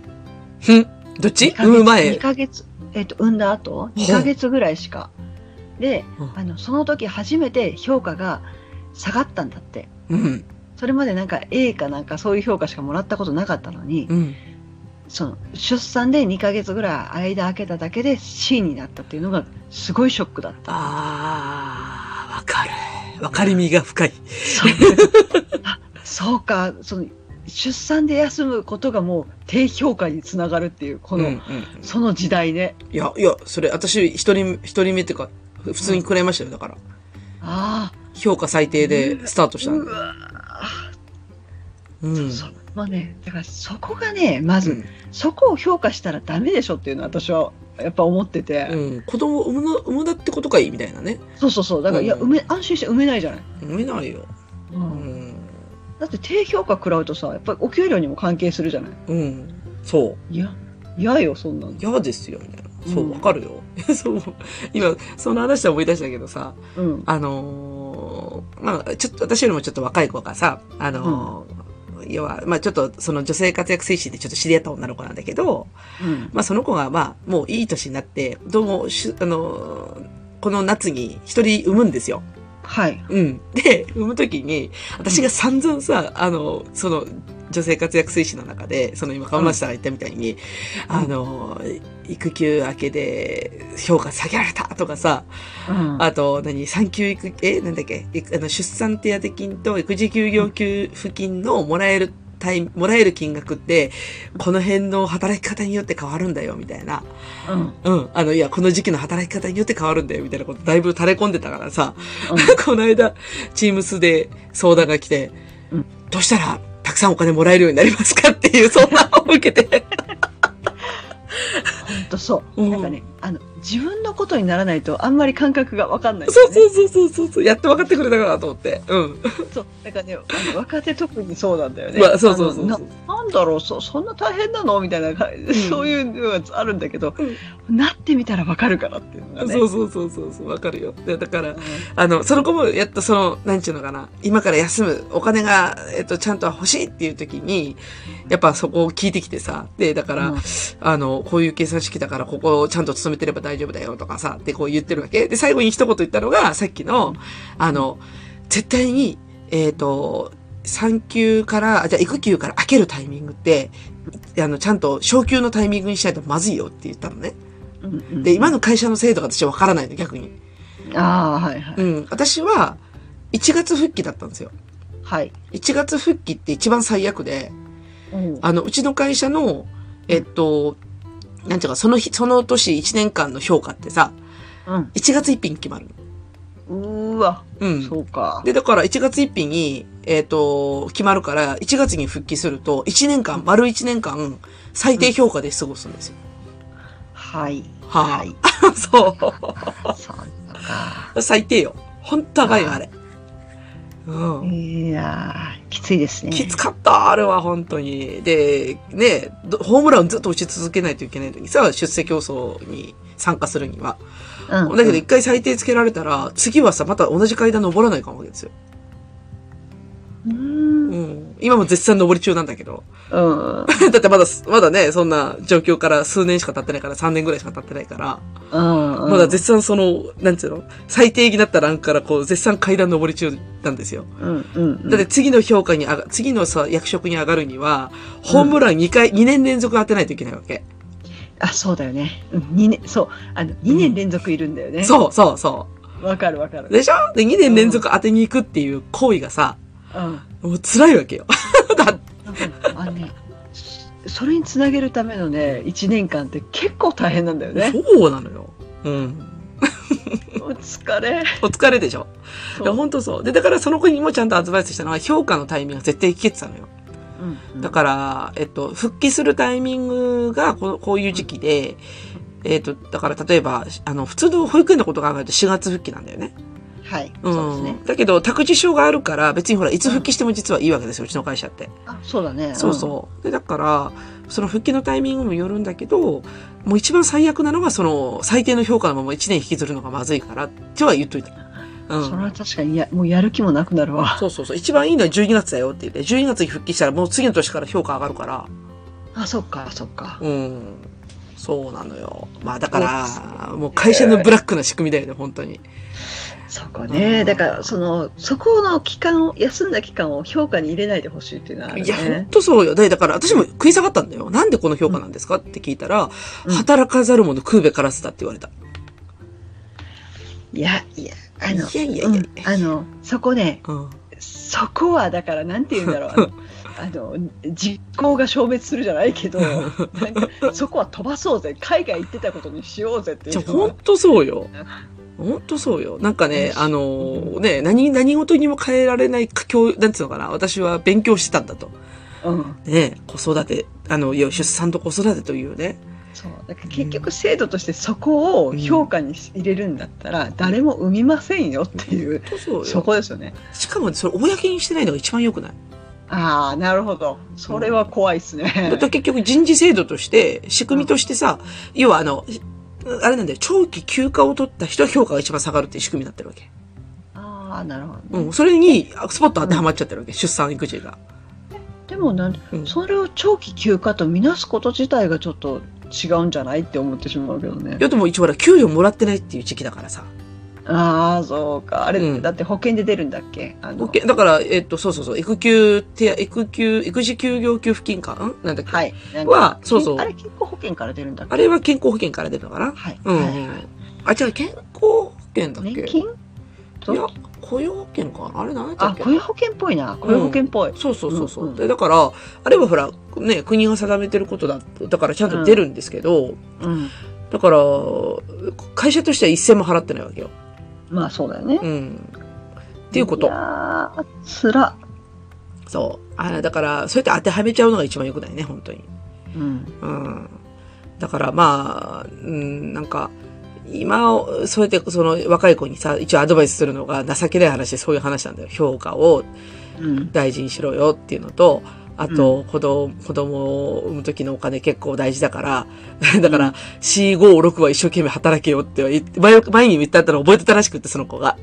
ふんどっち
2ヶ
産
月
む
2
前。
ヶ月えっ、と産んだ後2ヶ月ぐらいしか。で
うん、
あのその時初めて評価が下がったんだって。
うん。
それまでなんか A かなんかそういう評価しかもらったことなかったのに、
うん。
その出産で2ヶ月ぐらい間空けただけで C になったっていうのがすごいショックだった。
あー、わかる。わかりみが深い。
そうあそうかその出産で休むことがもう低評価につながるっていうこの、
うんうん
その時代ね
いや、いや、それ、私、一人、一人目っていうか、ふ普通に食らいましたよ、だから。
あ
評価最低でスタート
あ
したん
う
で。
わ
うん。
ーそうまあねだからそこがねまず、
うん
そこを評価したらダメでしょっていうのは私はやっぱ思ってて、
うん。子供を産むの、産むだってことかいいみたいなね。
そうそうそうだから、
うん
いや埋め安心して埋めないじゃない、
産めないよ。
う、
うんん。
だって低評価食らうとさやっぱりお給料にも関係するじゃない
うん。そう。
いや嫌よそんなの、
嫌ですよ、みたいな。そうう、
ん
わかるよ。 そう。今、その話で思い出したけどさ、
うん、
あのーまあ、ちょっと、私よりもちょっと若い子がさ、あのー要は、まあ、ちょっと、その女性活躍推進でちょっと知り合った女の子なんだけど、
うん
まあ、その子が、まあ、もういい年になって、どうもしゅ、あのーこの夏に一人産むんですよ。
はい
うん。で、産むときに、私が散々さ、あの、その、女性活躍推進の中で、その今、川町さんが言ったみたいに、あの、育休明けで評価下げられたとかさ、
うん
あと、何、産休育、え、なんだっけ、いあの出産手当金と育児休業給付金のもらえるタイム、もらえる金額って、この辺の働き方によって変わるんだよ、みたいな。
うんうん
うん。あの、いや、この時期の働き方によって変わるんだよ、みたいなこと、だいぶ垂れ込んでたからさ、 この間、チームスで相談が来て、
うん
どうしたら、たくさんお金もらえるようになりますかっていう 相談を受けて。
本当そう、
うん
なんかねあの自分のことにならないとあんまり感覚が分かんないんだ
そ
よ
う
ね、
そうそうそうそうそう、やっと分かってくれたかなと思って。うん。
そうなんかねあの若手特にそうなんだよね、
まあ、そうそうそう
あ
そ
の
う。
ななんだろうそそんな大変なのみたいな感じ、
ん
そういうのがあるんだけど、なってみたら分かるからっていうのがね
そうそうそうそうそう、わかるよ。で、だから
う、
あの、その子もやっとその、なんちゅうのかな、今から休む、お金が、えっと、ちゃんと欲しいっていう時に、やっぱそこを聞いてきてさ、で、だから、
うん
あの、こういう計算式だから、ここをちゃんと勤めてれば大丈夫だよとかさ、ってこう言ってるわけ。で、最後に一言言ったのが、さっきの、あの、絶対に、えっ、と、産休から、あじゃあ育休から開けるタイミングって、あの、ちゃんと昇給のタイミングにしないとまずいよって言ったのね。
んうんうん
で、今の会社の制度が私はわからないの、逆に。
ああはいはい、
うん、私は1月復帰だったんですよ。
はい、
1月復帰って一番最悪で、
うん
あの、うちの会社の、えっと、なんていうか、その日、その年1年間の評価ってさ、
うん
1月1日に決まるの。
うーうわ、
うん。
そうか。
で、だから1月1日に、えっ、と、決まるから、1月に復帰すると、1年間、丸1年間、最低評価で過ごすんですよ。
はい。
は
はい。
い。 そ
そうか。
う。最低よ。ほんと高いよ、あれ。うん。
いやー、きついですね。
きつかった、あれは、本当に。で、ね、どホームランずっと打ち続けないといけない時さ、出世競争に参加するには。
うん
だけど、一回最低つけられたら、次はさ、また同じ階段登らないかもわけですよ。
うん。うん。
うん。今も絶賛登り中なんだけど。
うん。
だってまだ、まだね、そんな状況から数年しか経ってないから、3年ぐらいしか経ってないから、まだ絶賛その、なんつうの、最低になったランクからこう、絶賛階段登り中なんですよ。
うん。うん。
だって次の評価に上が、次のさ、役職に上がるには、ホームラン2回、2年連続当てないといけないわけ。
あ、そうだよね。うん二年、そう。あの、二年連続いるんだよね。。
そうそうそう
わかるわか
う。
る。
でしょで、2年連続当てに行くっていう行為がさ、
うん。
もう辛いわけよ。
なんかあのね、それにつなげるためのね、1年間って結構大変なんだよね。
そうなのよ。うん。
お疲れ。
お疲れでしょいや、
う
ほんとそう。で、だからその子にもちゃんとアドバイスしたのは、評価のタイミングが絶対聞けてたのよ。
うん
だから、えっと、復帰するタイミングがこうこういう時期で、えっと、だから例えば、あの、普通の保育園のことを考えると4月復帰なんだよね。
はい、
うん。
そうですね。
だけど、託児所があるから、別にほら、いつ復帰しても実はいいわけですよ、うちの会社って。
あ、そうだね。
そうそう。で、だから、その復帰のタイミングもよるんだけど、もう一番最悪なのが、その、最低の評価のまま1年引きずるのがまずいから、っては言っといた。う。
うんん。それは確かにや、もうやる気もなくなるわ。
そうそうそう。一番いいのは12月だよって言って、12月に復帰したらもう次の年から評価上がるから。
あ、そっか、そっか。
うん。そうなのよ。まあだから、もう会社のブラックな仕組みだよね、本当に。
そこね。
うん
だから、その、そこの期間を、休んだ期間を評価に入れないでほしいっていうのはある
いや、ほん
ね。
とそうよ。で、だから私も食い下がったんだよ。なんでこの評価なんですかって聞いたら、
うん
働かざる者食うべからずだって言われた。
いや、いや、あの、
いやいやいや
うんあの、そこね、
うん。
そこはだからなんて言うんだろ うあのあの実行が消滅するじゃな いけどなんかそこは飛ばそうぜ海外行ってたことにしようぜってい
じゃ
う
あ
の
ほ
は
んとそうよ。ほんとそうよ。なんかね、
うん
あのーね、何、何事にも変えられない教、なんつうのかな、私は勉強してたんだと。
うん、
ね、子育て、あの、いや出産と子育てというね。
そうだから結局制度としてそこを評価に入れるんだったら誰も産みませんよっていう
ほんとそうよ。
そこですよね
しかも、それ、公にしてないのが一番良くない。
ああなるほどそれは怖いですね
だって結局人事制度として、仕組みとしてさ、要はあの、あれなんだよ、長期休暇を取った人は評価が一番下がるっていう仕組みになってるわけ。
ああなるほど、
うん。それに、あスポット当てはまっちゃってるわけ。出産育児が。
でもなん
うん
それを長期休暇とみなすこと自体がちょっと違うんじゃないって思ってしまうけどね
いや、でも一応ほら、給料もらってないっていう時期だからさ。
ああ、そうか。あれ、
うん
だって保険で出るんだっけあの
OK だから、えっと、そうそうそう、育休手当、育休、育児休業給付金かんなんだっけ、
はい。なんか
はそうそう
あれ、健康保険から出るんだっけ
あれは健康保険から出るのかな
はい。
うん
はい
うん。あ、違う、健康保険だっけ
年金
いや、雇用保険かなあれ何だった
あ
っ、け
雇用保険っぽいな。雇用保険っぽい。
そうそうそうそう、
うんうん
でだからあれはほらね国が定めてることだだからちゃんと出るんですけど、
うん。
だから会社としては一銭も払ってないわけよ、
まあ、そうだよね。
うん、っていうこ
い
と
やー、つら。
そうあだからそうやって当てはめちゃうのが一番良くないね本当に、
うん。
うん、だからまあ、うん、なんか今、そうやって、その、若い子にさ、一応アドバイスするのが情けない話でそういう話なんだよ。評価を
うん。
大事にしろよっていうのと、あと、子供、子供を産む時のお金結構大事だから、だから、4、5、6は一生懸命働けよって言って前、前に言ってあったのを覚えてたらしくって、その子が。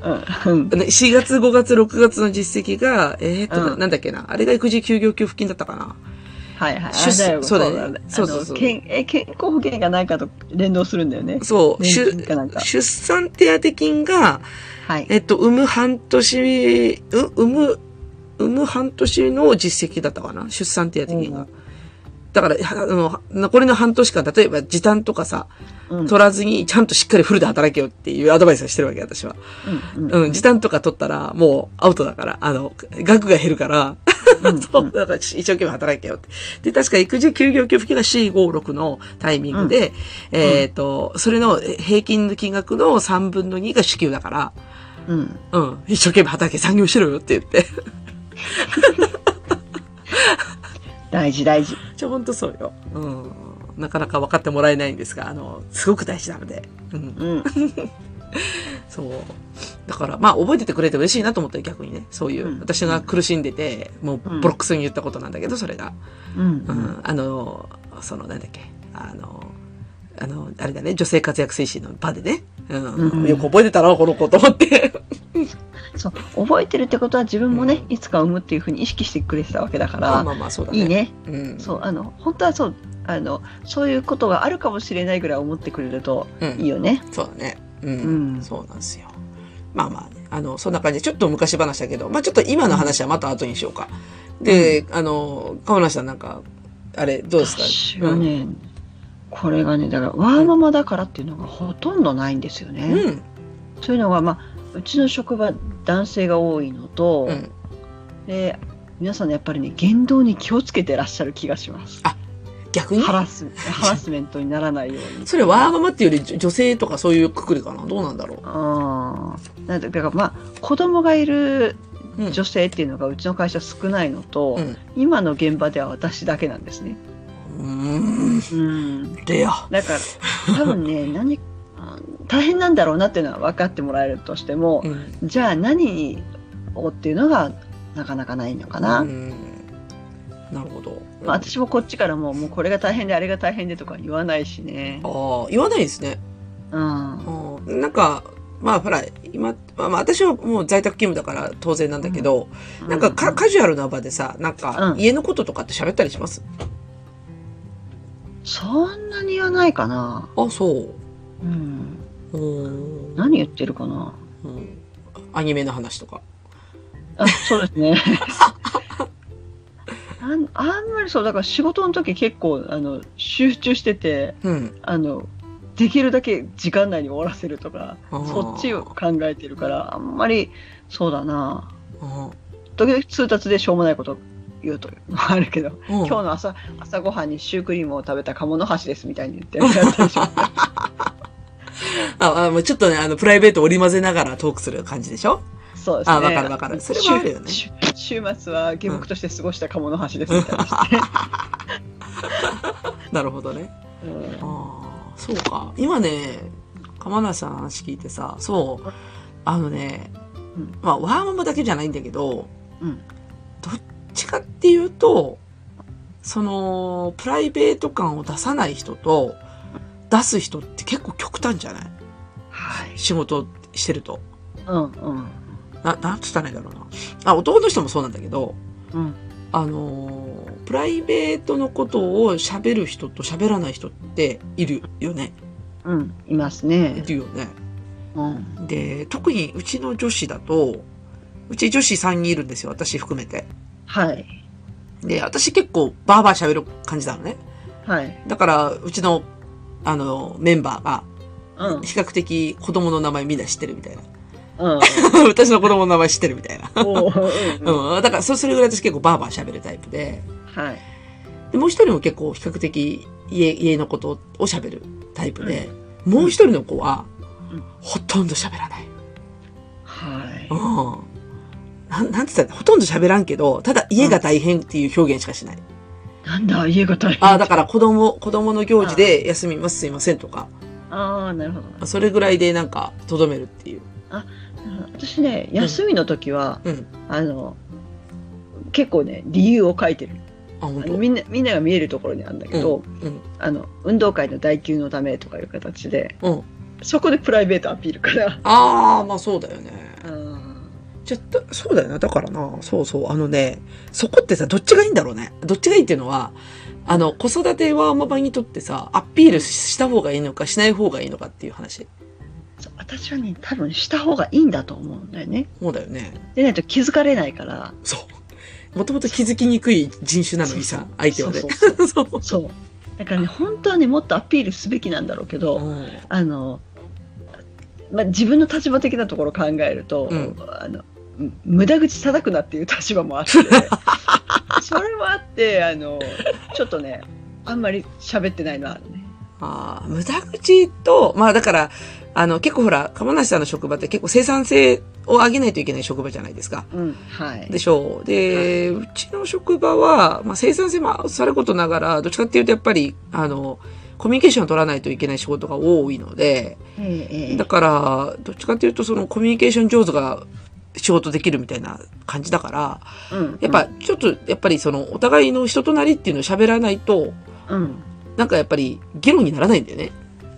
うん。
ね4月、5月、6月の実績が、えー、っと、
うん
なんだっけな、あれが育児休業給付金だったかな。
はいはい。
出世
あれよ
そうだよねそうそう
あの
そう
健え健康保険がないかと連動するんだよね。
そう、
年
出
金かなんか
出産手当金が、
はい。
えっと、産む半年、う産む、産む半年の実績だったかな出産手当金
う
が
ん。
だから、はあの、残りの半年間、例えば時短とかさ、
うん
取らずに、ちゃんとしっかりフルで働けよっていうアドバイスをしてるわけ、私は。
うんうん
うん、時短とか取ったら、もうアウトだから、あの、額が減るから、
うん
そう、だから一生懸命働けよって。で、確か育児休業給付金が C56 のタイミングで、えっ、と、それの平均の金額の3分の2が支給だから、
うん。
うん、一生懸命畑産業しろよって言って。
大事大事。
じゃあ本当そうよ。うん。なかなか分かってもらえないんですが、あの、すごく大事なので。うん。
うん。
そう。だから、まあ、覚えててくれて嬉しいなと思ったよ逆にね。そういう、
うん
私が苦しんでて、もう
うん
ボロクソに言ったことなんだけど、それが。
う。
うんん。あの、その、なんだっけ。あの、あの、あれだね、女性活躍推進の場でね。うん。
うん
よく覚えてたな、この子と思って。
そう。覚えてるってことは自分もね、
うん
いつか産むっていうふうに意識してくれてたわけだか
まあ
ら、
まあまあ、そうだね。
いいね。
うん。
そう、あの、本当はそう、あの、そういうことがあるかもしれないぐらい思ってくれると
うん。
いいよね。
そうだね。うん。
うん
そうなんですよ。まあまあね。あの、そんな感じで、ちょっと昔話だけど、まあちょっと今の話はまた後にしようか。で、あの、河村さんなんか、あれ、どうですか
私はね、これがね、だから、ワーママだからっていうのがほとんどないんですよね。
うん。うん。
そういうのが、まあ、うちの職場、男性が多いのと、
うん
で、皆さんね、やっぱりね、言動に気をつけてらっしゃる気がします。
逆に
ハラス、ハラスメントにならないように。
それ、ワーママっていうより女女性とかそういうくくりかなどうなんだろう
あーなんでだからまあ子供がいる
うん
女性っていうのがうちの会社少ないのと、
うん
今の現場では私だけなんですね。
うーん。
うん、
レア。
だから多分ね何あ大変なんだろうなっていうのは分かってもらえるとしても
う、ん。
じゃあ何をっていうのがなかなかないのかな。
うんなるほど。
まあ、私もこっちからももうこれが大変であれが大変でとか言わないしね。
ああ、言わないですね。
うん
うんなんか、まあほら、今、まあまあ私はもう在宅勤務だから当然なんだけど、なんかかカジュアルな場でさ、なんか
うん
家のこととかって喋ったりします、
そんなにはないかな。
あ、そう。
うん、
うーん
何言ってるかな。
うん。アニメの話とか。
あ、そうですね。 あんあんまりそう、だから仕事の時結構、あの、集中してて、
うん。
あの、できるだけ時間内に終わらせるとか、
あー
そっちを。考えてるから、あんまり、そうだな。
あ
時々通達でしょうもないこと言うというのはあるけど、
ーうん
今日の朝、朝ごはんにシュークリームを食べた鴨の橋ですみたいに言ってやったり します。
あ、あもうちょっとね、あの、プライベート織り交ぜながらトークする感じでしょ
そうですね。
あわかるわかるそれはあるよね
週週週末は下僕として過ごした鴨の橋ですみたい なして。
なるほどね。
うん
ああ、そうか。今ね、鎌田さんの話聞いてさ、そう、あのね
うん、
まあ、ワーママだけじゃないんだけど、
うん
どっちかっていうと、その、プライベート感を出さない人と、出す人って結構極端じゃない
はい。
仕事してると。
うんうん。
な、なんつったらいいんだろうな。あ、男の人もそうなんだけど、
うん
あのー、プライベートのことを喋る人と喋らない人っているよね。
うん、います
い
ね。
るよね。
うん。
で、特にうちの女子だと、うち女子3人いるんですよ、私含めて。
はい。
で、私結構バーバー喋る感じなのね。
はい。
だから、うちの、あの、メンバーが、
うん。
比較的子供の名前みんな知ってるみたいな。
うん。
私の子供の名前知ってるみたいな。
おー うん。
うん。だから、そそれぐらい私結構バーバー喋るタイプで。
はい。
で、もう一人も結構比較的家、家のことを喋るタイプで、もう一人の子は
うん、
ほとんど喋らない。
はい。
うん。なん、なんて言ったら、ほとんど喋らんけど、ただ家が大変っていう表現しかしない。
なんだ、家が大変。
ああ、だから子供、子供の行事で休みますすいませんとか、
ああ、なるほど。
それぐらいでなんか、とどめるっていう。
私ね、休みの時は、
うん
あの、結構ね、理由を書いてる。
あ、本
あ
当
のみんな、みんなが見えるところにあるんだけど、
うん。
あの、運動会の代休のためとかいう形で、
うん。
そこでプライベートアピールから。
ああ、まあそうだよね。
うん。
ちょっと、そうだよな。だからな、そうそう。あのね、そこってさ、どっちがいいんだろうね。どっちがいいっていうのは、あの、子育てはママにとってさ、アピールした方がいいのか、しない方がいいのかっていう話。
そう私はね、多分した方がいいんだと思うんだよね。
そうだよね。
でないと気づかれないから。
そう。もともと気づきにくい人種なのにさ、相手はね。
そうそ うそ
そう。
うそうだからね本当はねもっとアピールすべきなんだろうけど、
うん
あの、まあ、自分の立場的なところを考えると、
うん
あのむ無駄口叩くなっていう立場 もあってそれもあってあのちょっとねあんまり喋ってないのはあるね。
ああ、無駄口と、まあだから、あの、結構ほら、釜梨さんの職場って結構生産性を上げないといけない職場じゃないですか。
うん、はい
で。しょう。で、うちの職場は、まあ生産性もさることながら、どっちかっていうとやっぱり、あの、コミュニケーションを取らないといけない仕事が多いので、
ええええ
だから、どっちかっていうとそのコミュニケーション上手が仕事できるみたいな感じだから、
うん
やっぱちょっと、やっぱりその、お互いの人となりっていうのを喋らないと、
うん、
なんかやっぱり議論にならないんだよね。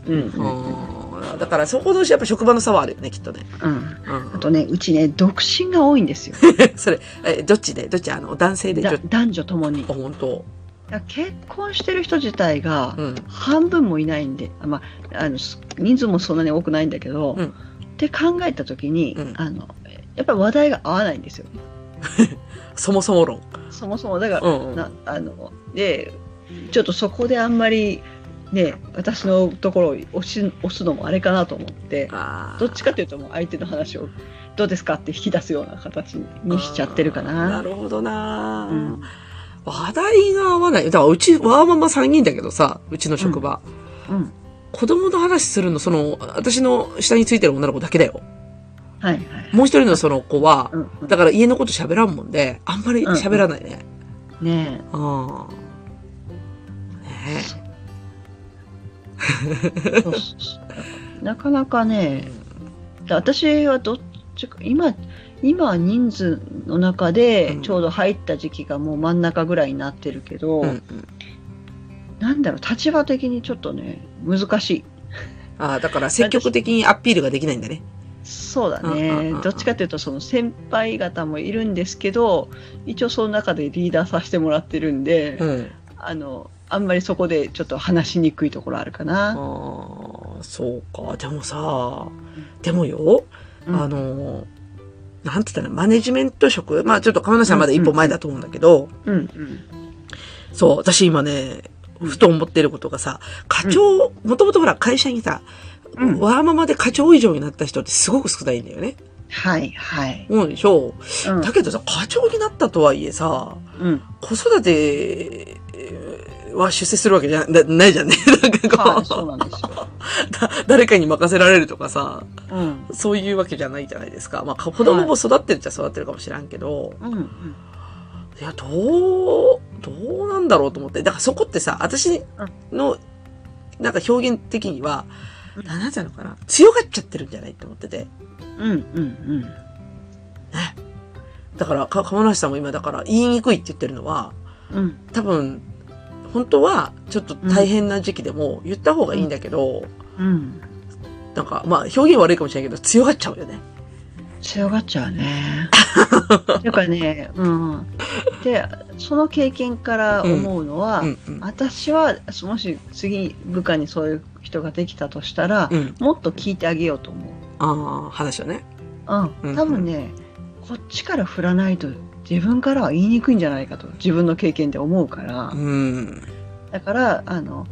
うん、う、
うんんだからそこ同士やっぱ職場の差はあるよね、きっとね。
うん。
う
あ
ん。
とね、うちね、独身が多いんですよ。
それ、え、どっちでどっちあの、男性でちょ
だ
っと。
男女ともに
あ、。本当
だ結婚してる人自体が
うん。
半分もいないんで、あまあ、あのす人数もそんなに多くないんだけど、
うん
って考えた時に、
うん
あのやっぱり話題が合わないんですよ
そもそも論。
そもそもだから、
うんうん。
なあのでちょっとそこであんまりね私のところを押し押すのもあれかなと思って
あー
どっちかというともう相手の話をどうですかって引き出すような形にしちゃってるか
あー
な
な。るほどな、
うん
話題が合わない。だからうち、わーまま3人だけどさ、うちの職場。
うん
子供の話するの、その、私の下についてる女の子だけだよ。
はいはい。
もう一人のその子は、
うんう
だから家のこと喋らんもんで、あんまり喋らないね。
ん、ね
ああ。
え
ね
そうそうそうなかなかね私はどっちか今今人数の中で
うん
ちょうど入った時期がもう真ん中ぐらいになってるけど、
え。うんうん。
なんだろう立場的にちょっとね難しい
ああ、だから積極的にアピールができないんだね。
そうだ
うんうんう
ね
んうん
どっちかというとその先輩方もいるんですけど一応その中でリーダーさせてもらってるんで、
うん。
あのあんまりそこでちょっと話しにくいところあるかな。
ああ、そうか。でもさ、でもよ、
うん
あの、なんて言ったら、マネジメント職まあちょっと川野さんまだ一歩前だと思うんだけど、
うんうん
そう、私今ね、
うん
ふと思ってることがさ、課長、もともとほら会社にさ、
うん
わーままで課長以上になった人ってすごく少ないんだよね。
はいはい。
うんでしょ
うん
だけどさ、課長になったとはいえさ、
うん
子育てえーは出世するわけじゃなないじゃんね。 なんかこ
はい、
う
そうなんですよ。
だ誰かに任せられるとかさ、
うん。
そういうわけじゃないじゃないですか。まあ、子供も育ってるっちゃ育ってるかもしらんけど、
うんうん。
い、や、どう、どうなんだろうと思って。だからそこってさ、私の、なんか表現的には、
うん
ななんていうのかな、強がっちゃってるんじゃないって思ってて。
うんうん
だから、か鴨梨さんも今、だから、言いにくいって言ってるのは、
うん。うん。
多分、本当は、ちょっと大変な時期でも言った方がいいんだけど、
うん。
なんか、まあ、表現悪いかもしれないけど、強がっちゃうよね。
強がっちゃう ね。ていうかね、うん。で、その経験から思うのは、
うん、うん。
私は、もし次部下にそういう人ができたとしたら、
うん。
もっと聞いてあげようと思う。
ああ、話をね。う
うんん。多分ね、こっちから振らないと自分からは言いにくいんじゃないかと、自分の経験で思うから。
うん。
だからあの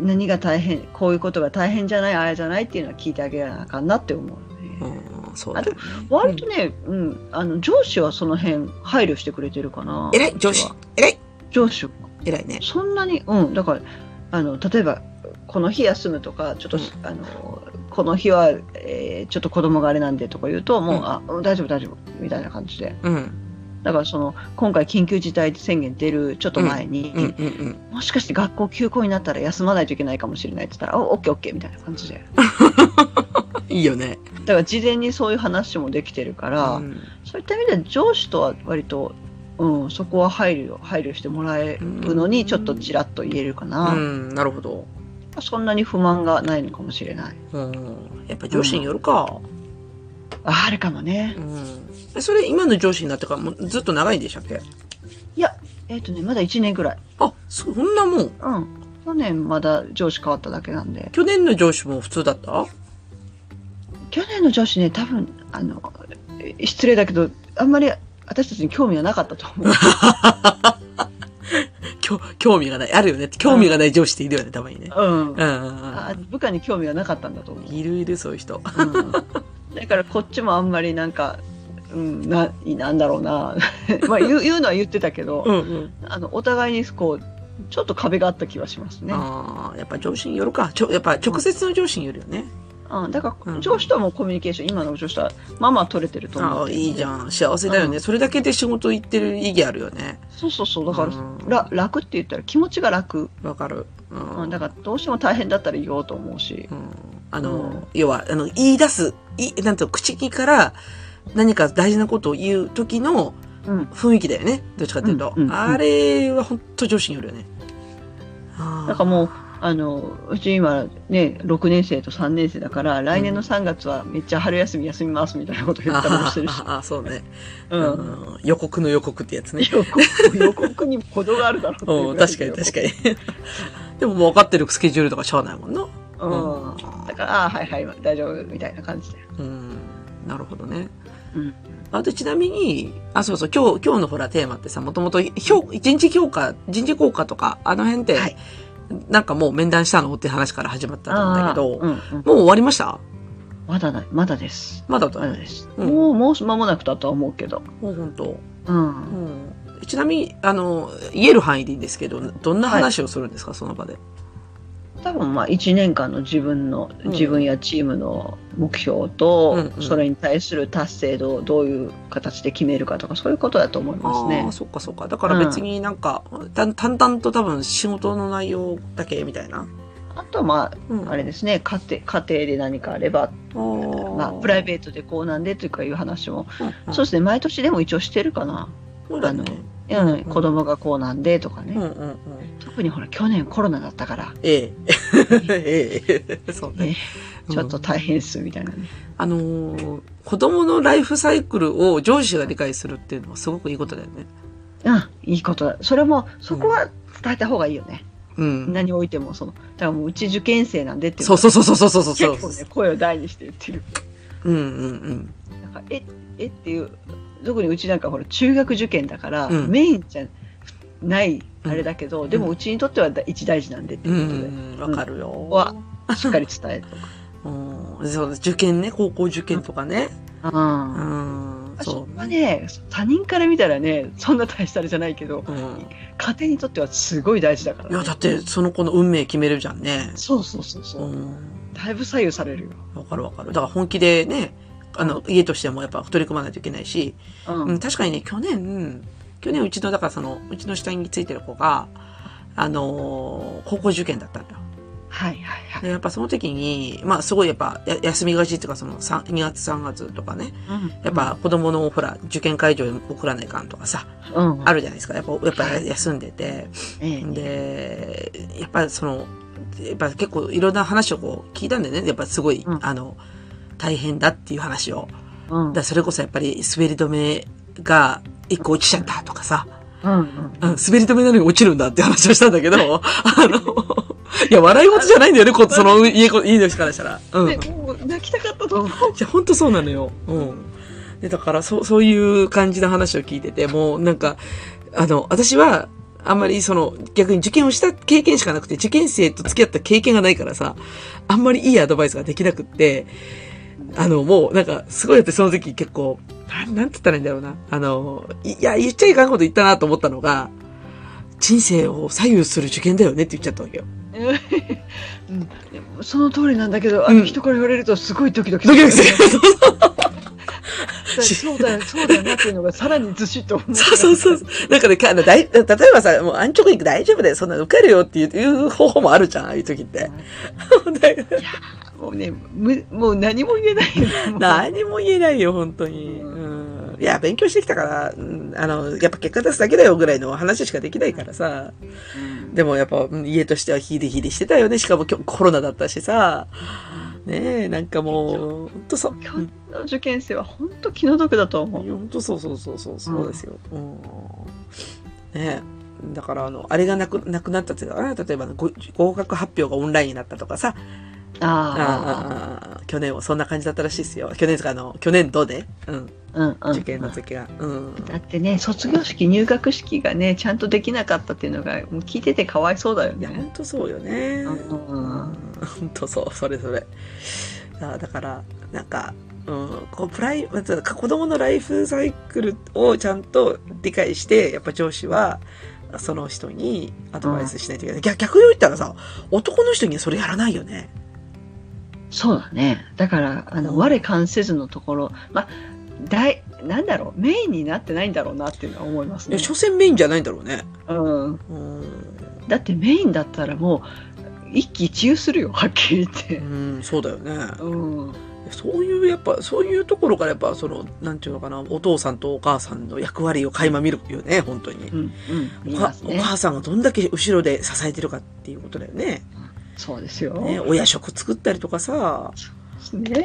何が大変こういうことが大変じゃないあれじゃないっていうのは聞いてあげなあかんなって思うね、
うん、そうだね。
割とね、うんあの上司はその辺配慮してくれてるかな
偉い、上司。偉い、
上司
偉いね。
そんなにうんだからあの例えばこの日休むとかちょっと、
うん
あのこの日は、えーちょっと子供があれなんでとか言うともう、
うん
あうん大丈夫大丈夫みたいな感じで
うん。
だからその今回緊急事態宣言出るちょっと前に、
うん、うん、うん。
もしかして学校休校になったら休まないといけないかもしれないって言ったら、おオッケーオッケーみたいな感じで。
いいよね。
だから事前にそういう話もできてるから、
うん
そういった意味では上司とは割と、うん、そこは配慮、配慮してもらえるの
うん
にちょっとちらっと言えるかな。
うん、なるほど。
そんなに不満がないのかもしれない。
うん。やっぱ上司によるか。
ああるかもね
う。ん。えそれ、今の上司になってからもうずっと長いんでしたっけ
えっ、とね、まだ1年ぐらい。
あ、そんなもん。
うん。去年まだ上司変わっただけなんで。
去年の上司も普通だった
去年の上司ね、多分、あの、え失礼だけど、あんまり私たちに興味はなかったと 思う。
きょ興味がない。あるよね。興味がない上司っているよね、たまにね。
う
うん。
ん
うん
あ部下に興味がなかったんだと思う
うん。いるいる、そういう人。
うんだからこっちもあんまりなんか、うん、 ななんだろうなまあ言う言うのは言ってたけど、
うん、うん。
あのお互いにこうちょっと壁があった気はしますね。
ああ、やっぱ上司によるか。ちょ、やっぱ直接の上司によるよね。
あだか
う
ら
ん
上司とはもうコミュニケーション、今の上司とはまあまあ取れてると
あ
思
あ、
う。
いいじゃん。幸せだよね。それだけで仕事行ってる意義あるよね。
そうそうそう、だから、
うん
ら楽って言ったら気持ちが楽。
わかる。うん。
うん、だからどうしても大変だったら言おうと思うし。
うんあの、
うん
要は、あの、言い出す、い、なんと、口から何か大事なことを言う時の
うん。
雰囲気だよね。どっちかっていうと。
うんうんうん
あれは本当上司によるよね。あ
だからもう、あの、うち今ね、6年生と3年生だから、来年の3月はめっちゃ春休み休みますみたいなこと言ったりもしてるし。
ああ、そうね、
うん。
うん予告の予告ってやつね。
予告、予告にも程があるだろうっていう
う
ぐ
ん、
らい
確か
だ
に
よ
確かに。 でももう分かってるスケジュールとかしゃあないもんな。
うん。だから、ああ、はいはい、大丈夫みたいな感じで。
うん。なるほどね。
うん。
あとちなみに、あ、そうそう、今日、今日のほらテーマってさ、もともと評、人事評価、人事効果とか、あの辺って、
はい
なんかもう面談したのって話から始まったと思うんだけど、
ああうんうん
もう終わりました
まだない、まだです。
まだだ
まだです。
うん
もう、もう間もなくだとは思うけど。
もう本当。
うん
う。ん。ちなみに、あの、言える範囲でいいんですけど、どんな話をするんですか、その場で。
多分まあ1年間の自分の、
うん
自分やチームの目標と、
うんうん
それに対する達成度をどういう形で決めるかとかそういうことだと思います
あ
ね
あ、。そっかそっか。だから別になんか、た淡々と多分仕事の内容だけみたいな。
あとはま
う
あ
ん。
あれですね家庭家庭で何かあれば、まあ、プライベートでこうなんでというかいう話も、
ート。うんうん
そうですね毎年でも一応してるかな、
そうだね。
うん
ん
子供がこうなんでとか
うん
ね、
うんうん。
特にほら去年コロナだったから、
ええ。ええ。そうね。
ね、ちょっと大変っすみたいなね。
あのー子供のライフサイクルを上司が理解するっていうのはすごくいいことだよね。
うん、いいことだそれもそこは伝えた方がいいよね。
うん。
何を置いてもそのだからもううち受験生なんでっていう
そうそうそうそうそうそうそう
結構ね声を大にして言ってる
うんうん
なんかええっていう特にうちなんかほら中学受験だから、
うん
メインじゃない
うん
あれだけど、でもうちにとってはだ一大事なんでって
うん。う
いうことで、
ん。わかるよ。
はしっかり伝えると
うん。そう、受験ね、高校受験とかね。 う
か、
ん
う。ん、そ
そ
こはね他人から見たらねそんな大したあれじゃないけど
う。うん。
家庭にとってはすごい大事だから、
いや、だって、その子の運命決めるじゃんね。
そうそうそうそうう、
ん。
だいぶ左右されるよ、
わかるわかる。だから本気でね、あの、家としてもやっぱ取り組まないといけないし、
うん
うん、確かにね、去年、去年うちの、だからその、うちの下についてる子が、あのー高校受験だったんだよ。
はいはいはい、
で、やっぱその時に、まあすごいやっぱ、や休みがちっていうか、その3、2月3月とかね、やっぱ子供のほら、受験会場に送らないかんとかさ、
うん、うん
あるじゃないですか。やっぱ、やっぱ休んでて、
ええ
で、やっぱりその、やっぱ結構いろんな話をこう聞いたんだよね。やっぱすごい、
うん
あの、大変だっていう話を。
うん
だからそれこそやっぱり滑り止めが一個落ちちゃったとかさ、
うんうん
うん、滑り止めなのに落ちるんだって話をしたんだけど、あの、いや、笑い事じゃないんだよね、こその家、家の人からしたら。うん。
ねもう泣きたかったと思 う。
じゃ本当そうなのよ。うん。で、だから、そう、そういう感じの話を聞いてて、もうなんか、あの、私は、あんまりその、逆に受験をした経験しかなくて、受験生と付き合った経験がないからさ、あんまりいいアドバイスができなくって、あの、もうなんか、すごいやってその時結構、なん、なんて言ったらいいんだろうな。あの、いいや、言っちゃいかんこと言ったなと思ったのが、人生を左右する受験だよねって言っちゃったわけよ。
うんでもその通りなんだけど、あ
う
の
ん
人から言われるとすごいドキドキ
ドキドキ
だ
する。
からそうだよ、そうだよなっていうのがさらにずしっと思う。
そうそうそう。そう。なんかね、かあの大例えばさ、もう安直に大丈夫だよ、そんなの受かるよっていういう方法もあるじゃん、ああいう時って。
もうね、むもう何も言えないよねもう
何も言えないよ、本当に。
う
うん。いや、勉強してきたから、うんあの、やっぱ結果出すだけだよぐらいの話しかできないからさ。
うん
でもやっぱ、うん家としてはヒリヒリしてたよね。しかも今日コロナだったしさ。ねえ、なんかもう、ほんとそう。
去年の受験生は本当気の毒だと思う。
本当そうそうそうそうそうですよ。うん。ねえだからあの、あれがなくなくなったっていうか、あ例えばご合格発表がオンラインになったとかさ、
あ
ああああ去年はそんな感じだったらしいですよ。去年とかあの、去年どうね、うん、
あ、うんうん
受験の時が。うん。
だってね、卒業式、入学式がね、ちゃんとできなかったっていうのが、もう聞いててかわいそうだよ
いや、ほ
ね。
んとそうよね。
うんうんうん
ほんとそう、それそれ。あだから、なんか、うん、こうプライまず子供のライフサイクルをちゃんと理解してやっぱ上司はその人にアドバイスしないといけない。逆逆を言ったらさ、男の人にはそれやらないよね。
そうだね。だから、あ
うん
の、我関せずのところ、まあ、大、なんだろう、メインになってないんだろうなっていうのは思います
い
ね
や、。所詮メインじゃないんだろうね。
う
う
ん。
ん。
だってメインだったらもう、一喜一憂するよ、はっきり言って
う。ん、そうだよね。
うん。
そういう、やっぱ、そういうところから、やっぱ、その、なんていうのかな、お父さんとお母さんの役割を垣間見るよね、本当に
う。ん。うん。い
お
ま
か
す
お
ね。
母さんがどんだけ後ろで支えてるかっていうことだよね。
そうですよ。
ね親食作ったりとかさ、
ね
ね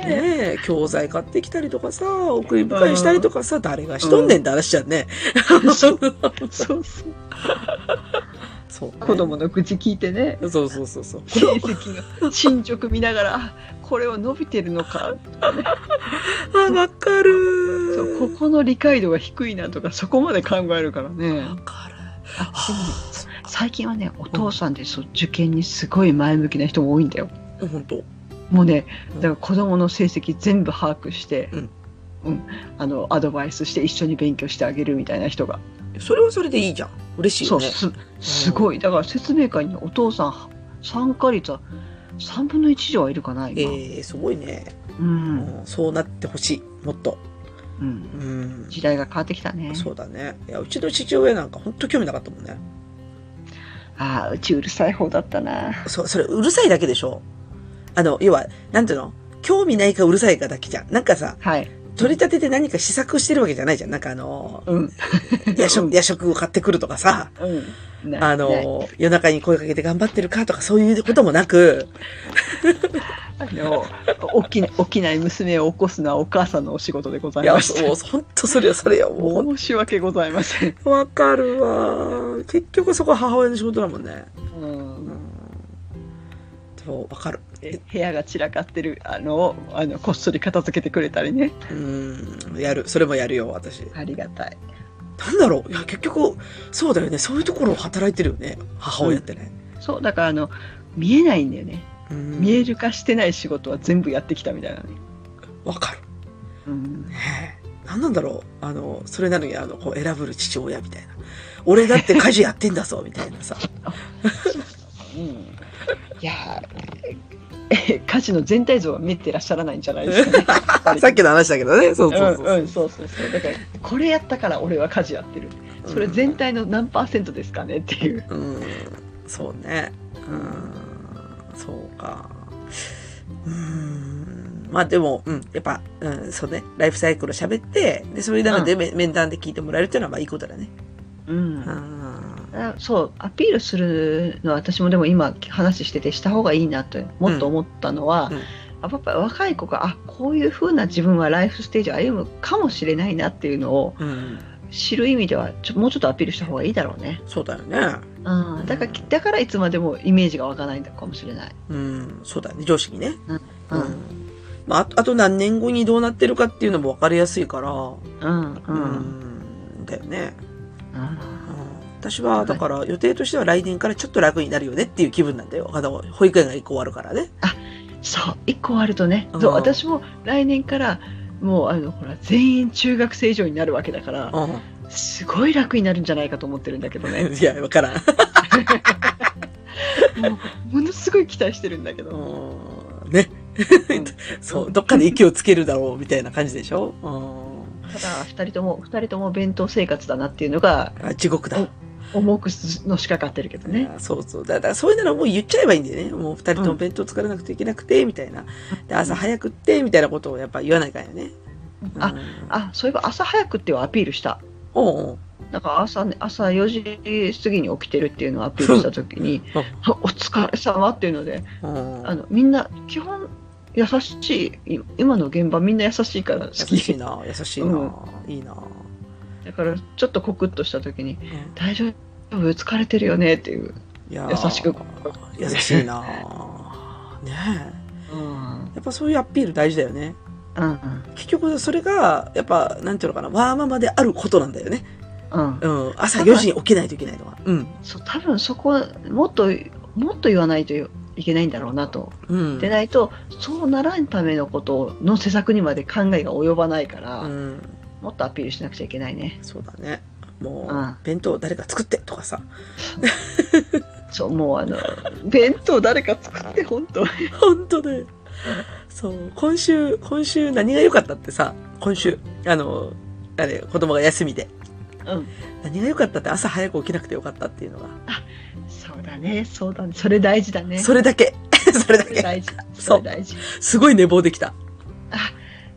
え、教材買ってきたりとかさ、送り迎えしたりとかさ、誰がしとんねんって話じゃん ね。
そうそうそう。
そうね、
子供の口聞いてね。
そうそうそうそう。
成績が進捗見ながらあこれを伸びてるのか
あ、わかる。
そうここの理解度が低いなとかそこまで考えるからね
わかる。
あでもね最近はねお父さんでそう受験にすごい前向きな人も多いんだよ
本当。
もうね
うん
だから子供の成績全部把握して、
うん
うんあのアドバイスして一緒に勉強してあげるみたいな人が、
それはそれでいいじゃん。嬉しい
そ
よ
う
ね。
すすごいだから説明会にお父さん参加率は3分の1以上はいるかな
え
今、
ー、すごいね。
うん
うんそうなってほしい。もっと。
うん、
うん。
時代が変わってきたね
そうだね。いや、うちの父親なんか本当興味なかったもんね。
ああ、うちうるさい方だったな。
そ、それうるさいだけでしょあの、要は、なんていうの興味ないかうるさいかだけじゃん。なんかさ、
はい。
取り立てて何か試作してるわけじゃないじゃん。なんかあ の、
うん。
夜食、夜食を買ってくるとかさ、
うん。ない
あ、の、夜中に声かけて頑張ってるかとかそういうこともなく、
ないあの、起き、起きない娘を起こすのはお母さんのお仕事でござ
い
いま
や、
し
そう、本当それはそれよ。
た。
もう
申し訳ございません。
わかるわ。結局そこは母親の仕事だもんね。う
う
ん
ん。。
そう、わかる。
え部屋が散らかってる、あのを、あの、こっそり片付けてくれたりね。
うん。やる。それもやるよ、私。
ありがたい。
なんだろう。いや、結局、そうだよね。そういうところを働いてるよね。母親ってね。
そう、だから、あの、見えないんだよね。
うん
見える化してない仕事は全部やってきたみたいなね。
わかる。
うん。
ねえなんなんだろう。あの、それなのに、あの、こう、選ぶる父親みたいな。俺だって家事やってんだぞ、みたいな さ。
うん。いやー。え家事の全体像は見てらっしゃらないんじゃないですかね。
さっきの話だけどね。そうそうそうう。
んうんそうそうそうだからこれやったから俺は家事やってるそれ全体の何パーセントですかねっていう
うん、そうね。うん、そうか。うん、まあでも、うん、やっぱ、うん、そうね、ライフサイクルを喋って、で、それなので、め面談で聞いてもらえるっていうのは、まあいいことだね。
うん
うん、
あそうアピールするのは私もでも今話しててした方がいいなともっと思ったの
う
は、
んうん
あやっぱ若い子があこういう風な自分はライフステージを歩むかもしれないなっていうのを
うん、
知る意味ではちょもうちょっとアピールした方がいいだろうね、
そうだよね。
うん、だからだからいつまでもイメージが湧かないのかもしれない、
うん、そうだよね、上司にね。
うん
まあ、あとあと何年後にどうなってるかっていうのも分かりやすいから、
うんうん
うん、だよね。
うん
うん私は、だから、予定としては来年からちょっと楽になるよねっていう気分なんだよ。あの、保育園が一個終わるからね。
そう一個あるとね、
うん
そう私も来年からもうあのほら全員中学生以上になるわけだから、
うん。
すごい楽になるんじゃないかと思ってるんだけど ね
いや、わからん。
もうものすごい期待してるんだけど、
ね。
うん
そう、どっかで息をつけるだろうみたいな感じでしょう
ただ2人とも二人とも弁当生活だなっていうのが
んあ地獄だ。
重くのしかかってるけどね、
そうそう。だだから、そういうならもう言っちゃえばいいんだよね。もう二人とも弁当作らなくていけなくて、みたいな。で、朝早くって、みたいなことをやっぱ言わないからね。うん
あ、あそういえば朝早くってはアピールした
おうおう
なんか朝,、ね、朝4時過ぎに起きてるっていうのをアピールした時に
うん
あ お疲れ様っていうので
うん。
あのみんな基本優しいい今の現場みんな優しいから好
優しい
き
な、優しいな、いいな。
だからちょっとコクッとした時に
うん
「大丈夫疲れてるよね」っていう、
いや
優しく
優しいな。ねえ。
うん
やっぱそういうアピール大事だよね。
うん
結局それが、やっぱ、なんていうのかな、わーままであることなんだよね。
うん、
うん、朝4時に起きないといけないのは。うん。
そう多分そこはもっともっと言わないといけないんだろうなと、
うん。
でないとそうならんためのことの施策にまで考えが及ばないから、
うん。
もっとアピールしなくちゃいけないね
そうだね。もう、
うん
弁当誰か作ってとかさ、
そう、もうあの、 弁当誰か作って、本当
本当ね。そう、今週、今週何が良かったってさ、今週、あの、あれ、子供が休みで、
うん。
何が良かったって朝早く起きなくてよかったっていうのが、
そうだね、そうだね。それ大事だね。
それだけ、 それだ
それ
け、
大事。
そ
そうれ大事。
すごい寝坊できた。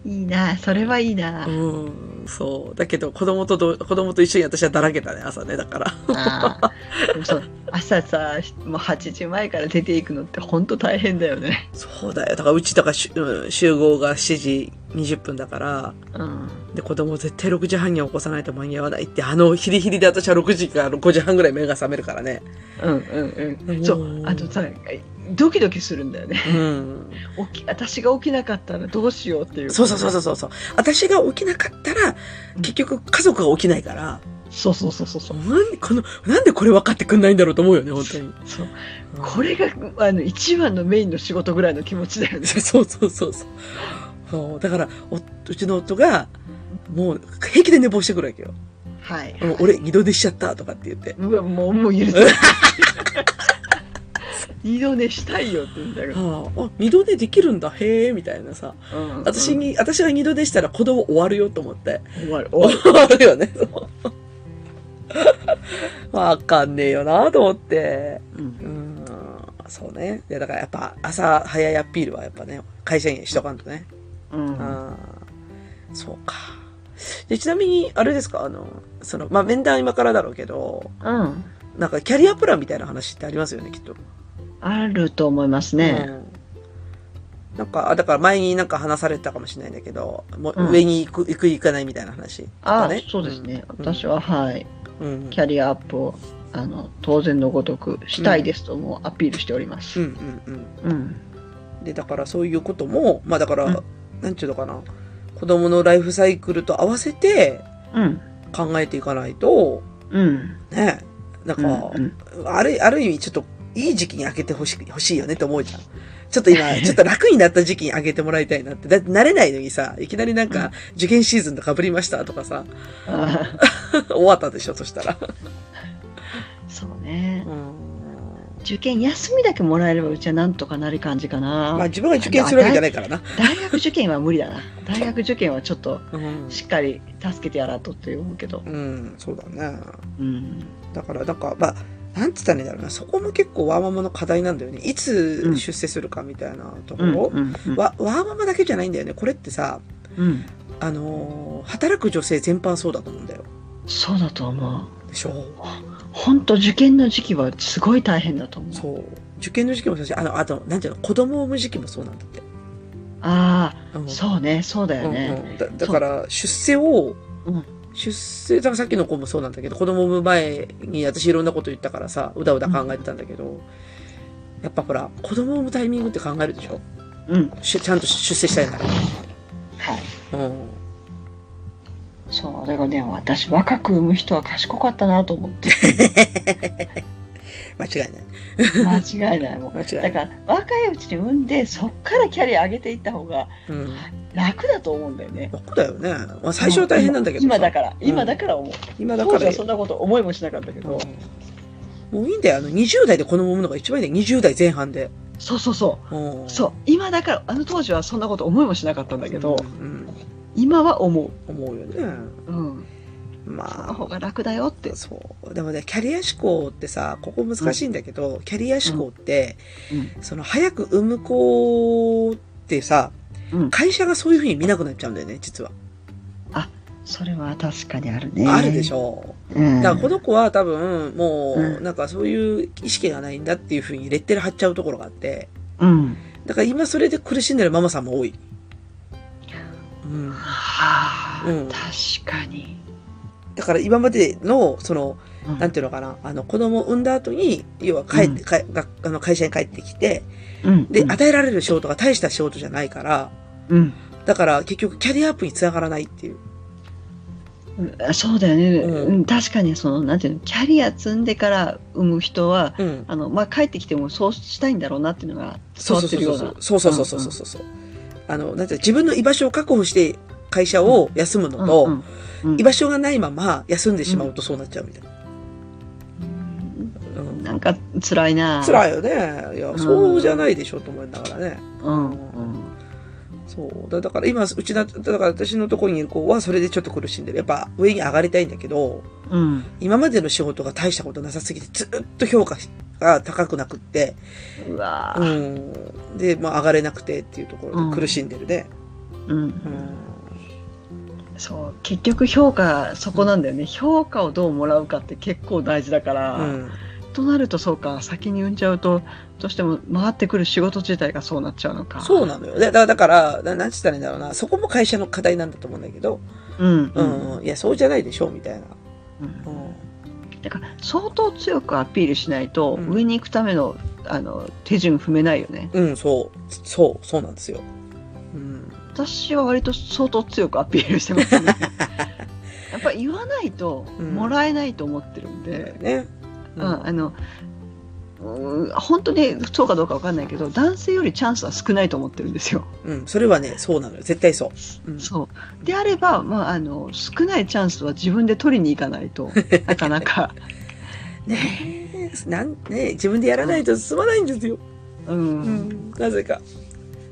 いいな、それはいいな
う。ん、そう。だけど、子供とど、子供と一緒に私はだらけたね、朝ね、だから。
あーでもそう朝さ、もう8時前から出ていくのって本当大変だよね。
そうだよ。だから、うちとかし、うん集合が7時20分だから、
うん。
で、子供絶対6時半には起こさないと間に合わないって、あの、ヒリヒリで私は6時から5時半ぐらい目が覚めるからね。
うんうんう
うん
ん。そう、あとさ、ドキドキするんだよね。
うん。
起き私が起きなかったらどうしようっていう。
そうそうそうそうそう。私が起きなかったら、結局家族が起きないから、
そうそうそうそうそう。
なんでこの、なんでこれ分かってくんないんだろうと思うよね、本当に。
そうこれがあの一番のメインの仕事ぐらいの気持ちだよ ね。
そうそうそうそう。そうだからお、うちの夫が、もう平気で寝坊してくるわけよ。
はい。
もう俺、二度寝しちゃったとかって言って。
うわもうもう許せない。二度寝したいよって言うんだけど。
はあ、あ、二度寝できるんだ、へえ、みたいなさ。
うん
私。に、私が二度寝したら子供終わるよと思って。
終わる。終わる
終わるよね。そう わかんねえよなと思って。
う
う
ん
ん、そうね。いや、だからやっぱ朝早いアピールはやっぱね、会社員しとかんとね。
うん。
あーそうか。でちなみに、あれですか、あの、その、まあ、面談今からだろうけど、
うん。
なんかキャリアプランみたいな話ってありますよね、きっと。
あると思いますね。
うんなんか、あだから前になんか話されてたかもしれないんだけど、もう
うん
上に行く、行く、行かないみたいな話と
あ
か、ね。
そうですね。
うん
私、ははい、
うん。
キャリアアップをあの当然のごとくしたいですともうアピールしておりま
う
す。
んうんうん。
うん。
で、だからそういうことも、まあだから、
うん
なんちゅうのかな、子供のライフサイクルと合わせて
うん。
考えていかないと、
うん。
ね、なん
うん
か、
うん
ある、ある意味ちょっといい時期に開けてほしい、欲しいよねって思うじゃん。ちょっと 今、ちょっと楽になった時期に開けてもらいたいなって。だって慣れないのにさ、いきなりなんか、受験シーズンと被りましたとかさ、
あ
終わったでしょ、そしたら。
ーそうね
う。ん。
受験休みだけもらえればうちはなんとかなる感じかな。
まあ自分が受験するわけじゃないからな。
大学受験は無理だな。大学受験はちょっと
うん。
しっかり助けてやらんとって思うけど。
うん、そうだね。
うん。
だから、なんか、まあ、なんつったらいいんだろうな。そこも結構ワーママの課題なんだよね。いつ出世するかみたいなとこ
うん。
ろ。
うん。
わワーママだけじゃないんだよね。これってさ、
うん。
あのー働く女性全般そうだと思うんだよ。
そうだと思う。
でしょ
本当受験の時期はすごい大変だと思う。
そう。受験の時期もそうだし、あの、あと、なんていうの、子供を産む時期もそうなんだって。
あ
う
あ、
ん
そうね、そうだ
う
よ
ん
ね。
うんだだから、出世を、
うん
出世、だからさっきの子もそうなんだけど、子供を産む前に私いろんなこと言ったからさ、うだうだ考えてたんだけど、やっぱほら、子供を産むタイミングって考えるでしょ
うん。
しちゃんと出世したいなら。
はい。
うん。
そう、だからね、私若く産む人は賢かったなと 思って。
間違いない。
間違いないもん。
間違いな
だ
い。
から若いうちに産んで、そっからキャリア上げていった方が
うん。
楽だと思うんだよね。
僕だよね。まあ、最初は大変なんだけどさ。
今だから、
うん
今だから思う。
今だ
当
か
時
ら
は。そんなこと思いもしなかったけ
う
ど。
んもういいんだよ。あの、20代で子供を産むのが一番いいんだよ。20代前半で。
そうそうそう。
うん
そう今だからあの当時はそんなこと思いもしなかったんだけど、
うん
今は思
思うよね。
う、うん、その
ま
方が楽だよって
あ、、そう。でもね、キャリア思考ってさ、ここ難しいんだけど、キャリア思考って、
うん
その、早く産む子ってさ、
うん、
会社がそういうふうに見なくなっちゃうんだよね、実は。
それは確かにあるね
あるでし
ょ、
ょ。
うん、
だから、この子は多分、も
う
う、
ん
なんかそういう意識がないんだっていうふうにレッテル貼っちゃうところがあって、
うん
だから今それで苦しんでるママさんも多い。うん。
はあ、
うん
確かに、
だから今までの、その、
うん
なんていうのかな、あの、子供を産んだ後に、要は帰って、
うん
かがあの会社に帰ってきて、
うん
で、
うん
与えられる仕事が大した仕事じゃないから、
うん
だから結局キャリアアップにつながらないっていう。
うんそうだよね、
う
うんん、確かにそのなんていうのキャリア積んでから産む人は
うん。
あのまあ帰ってきてもそうしたいんだろうなっていうのが
そ
伝
うそ
わ
う
ってる
そ
よ
う
うな
そう。そうそうそうそうそうそう。あの、なんていうの自分の居場所を確保して会社を休むのと、
うんうん
居場所がないまま休んでしまうとそうなっちゃうみたいな。うん
なんか辛いな。
辛
い。
いよね。いや、
ん
そうじゃないでしょと思いながらね。
うんうん。
そう。だだから今、うちだ、だから私のところにいる子はそれでちょっと苦しんでる。やっぱ上に上がりたいんだけど、
うん。
今までの仕事が大したことなさすぎて、ずっと評価が高くなくって、
うわ
う
ー
ん。で、まあ上がれなくてっていうところで苦しんでるね。
うん。
うん。
そう結局評価そこなんだよね評価をどうもらうかって結構大事だから、
うん。
となるとそうか先に産んじゃうとどうしても回ってくる仕事自体がそうなっちゃうのか
そうなのよ。だだだから、ななんつったらいいんだろうな。そこも会社の課題なんだと思うんだけど、
うんう
うんん。いや、そうじゃないでしょ、みたいな。
うん
うん。
だから相当強くアピールしないと、
うん
上に行くためのあの手順踏めないよね
うん、そう。そう、そうなんですよ。うん。
私は割と相当強くアピールしてますねやっぱ言わないと
うん
もらえないと思ってるんで、
ね。
うんあのうん本当にそうかどうかわかんないけど男性よりチャンスは少ないと思ってるんですよ。
うん、それはね、そうなのよ。絶対そう。うん、
そうであれば、まあ、あの少ないチャンスは自分で取りに行かな いとなかなか、
ねえ、なんねえ自分でやらないと進まないんですよ。
うん
うん、なぜか。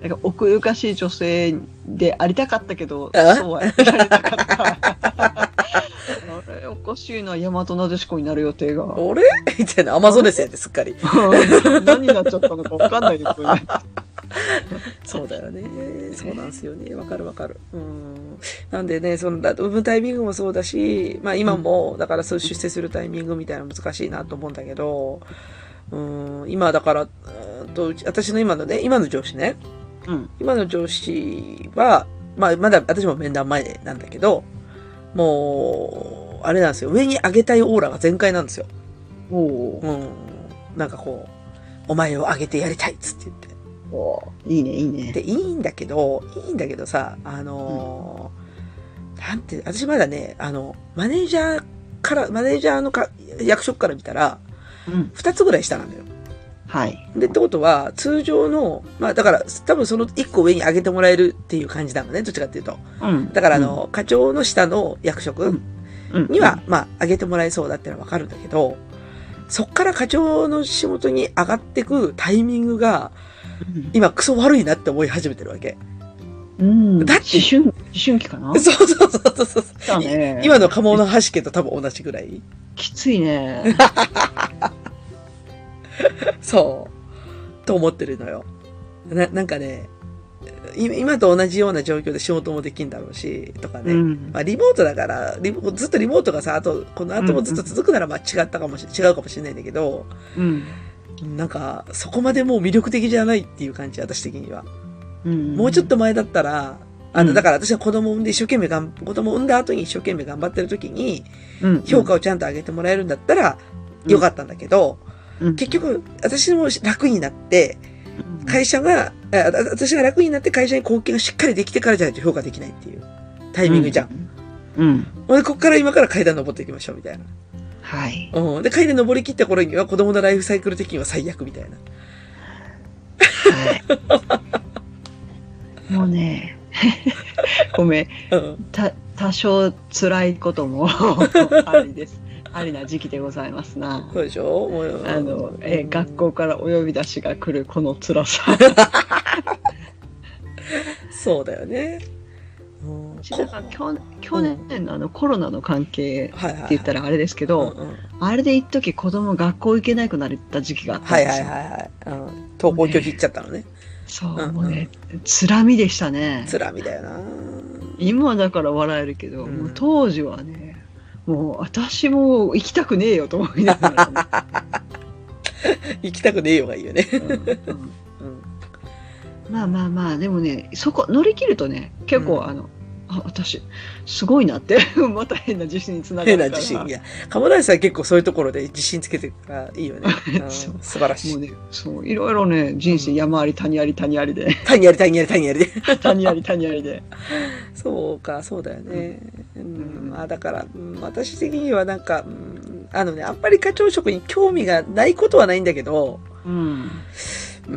なんか奥ゆかしい女性でありたかったけど
あ
そうはやられなかっ たあれおかしいな大和なでしこになる予定が
あれみたいな、アマゾネスやってすっかり。
何になっちゃったのかわかんないですよね。
そうだよね。そうなんですよ ね。わかるわかる。うん。なんでね、その、だ産むタイミングもそうだし、まあ今も、だからそう出世するタイミングみたいなの難しいなと思うんだけど、うん、今だから、うーんと、うち私の今のね、今の上司ね、
うん
今の上司は、まあ、まだ私も面談前なんだけど、もう、あれなんですよ。上に上げたいオーラが全開なんですよ。
おー
うん。なんかこう、お前を上げてやりたいっつって言って。
おーいいねいいね。
で、いいんだけど、いいんだけどさ、あのーなんて、私まだね、あの、マネージャーから、マネージャーのか役職から見たら、
うん、
二つぐらい下なんだよ。
はい。
で、ってことは、通常の、まあだから、多分その一個上に上げてもらえるっていう感じなのね、どっちかっていうと。
うん
だから、あの、課長の下の役
う
職
うん
には、まあ、上げてもらえそうだってのはわかるんだけど、そっから課長の仕事に上がってくタイミングが、
うん
今、クソ悪いなって思い始めてるわけ。
うん、
だって
思春思春期かな
そうそうそうそうそう。
だね
今のカモの橋家と多分同じぐらい。
きついね
そう。と思ってるのよ。な、なんかね、い今と同じような状況で仕事もできんだろうし、とかね。
うん
まあ、リモートだから、リモずっとリモートがさ、あと、この後もずっと続くなら、まあ、違ったかもし、違うかもしれないんだけど、
うん
なんか、そこまでもう魅力的じゃないっていう感じ、私的には。
うん
もうちょっと前だったら、あの、
うん
だから私は子供を産んで一生懸命がん、子供を産んだ後に一生懸命頑張ってる時に、
うん
評価をちゃんと上げてもらえるんだったら、よかったんだけど、
うん
結局、私も楽になって、
うん
会社が、ああ私が楽になって会社に貢献がしっかりできてからじゃないと評価できないっていうタイミングじゃん。
うん、うん
俺、こっから今から階段登っていきましょうみたいな。
はい
うん。で、階段登り切った頃には子供のライフサイクル的には最悪みたいな。
はいもうね ごめん
うん。
た多少辛いことも ありですありな時期でございますな
そうでしょもう。
あの、えー学校からお呼び出しが来るこの辛さ
そうだよね。うん。
うちなんか去年去年のあのコロナの関係って
はいはいはい。
言ったらあれですけど、
うんうん
あれで一時子供学校行けなくなった時期があったん
はい
ですよ。
はいはいはい。うん。登校拒否行っちゃったのね。
そう、
うんうん
もうね、つらみでしたね。
つらみだよな。
今はだから笑えるけど、
うん
もう当時はね、もう私も行きたくねえよと思いながらね、
行きたくねえよがいいよね。
うん うん
うん。
まあまあまあ、でもね、そこ乗り切るとね、結
うん
構あの、あ私、すごいなって、 また変な自信につなが
変
るか
な
ら。
自信。いや、鴨大さん結構そういうところで自信つけてるからいいよ ね。うん
そ
素
う
晴らし
もう
い。
ね、そう、いろいろね、人生山あり谷あり谷あり で、
単にやり、単にやり、単にやりで。
谷あり谷ありで。
そうか、そうだよね。うんん、まあだから、うん私的にはなんか、うんあのね、あんまり課長職に興味がないことはないんだけど、
うん。
ううー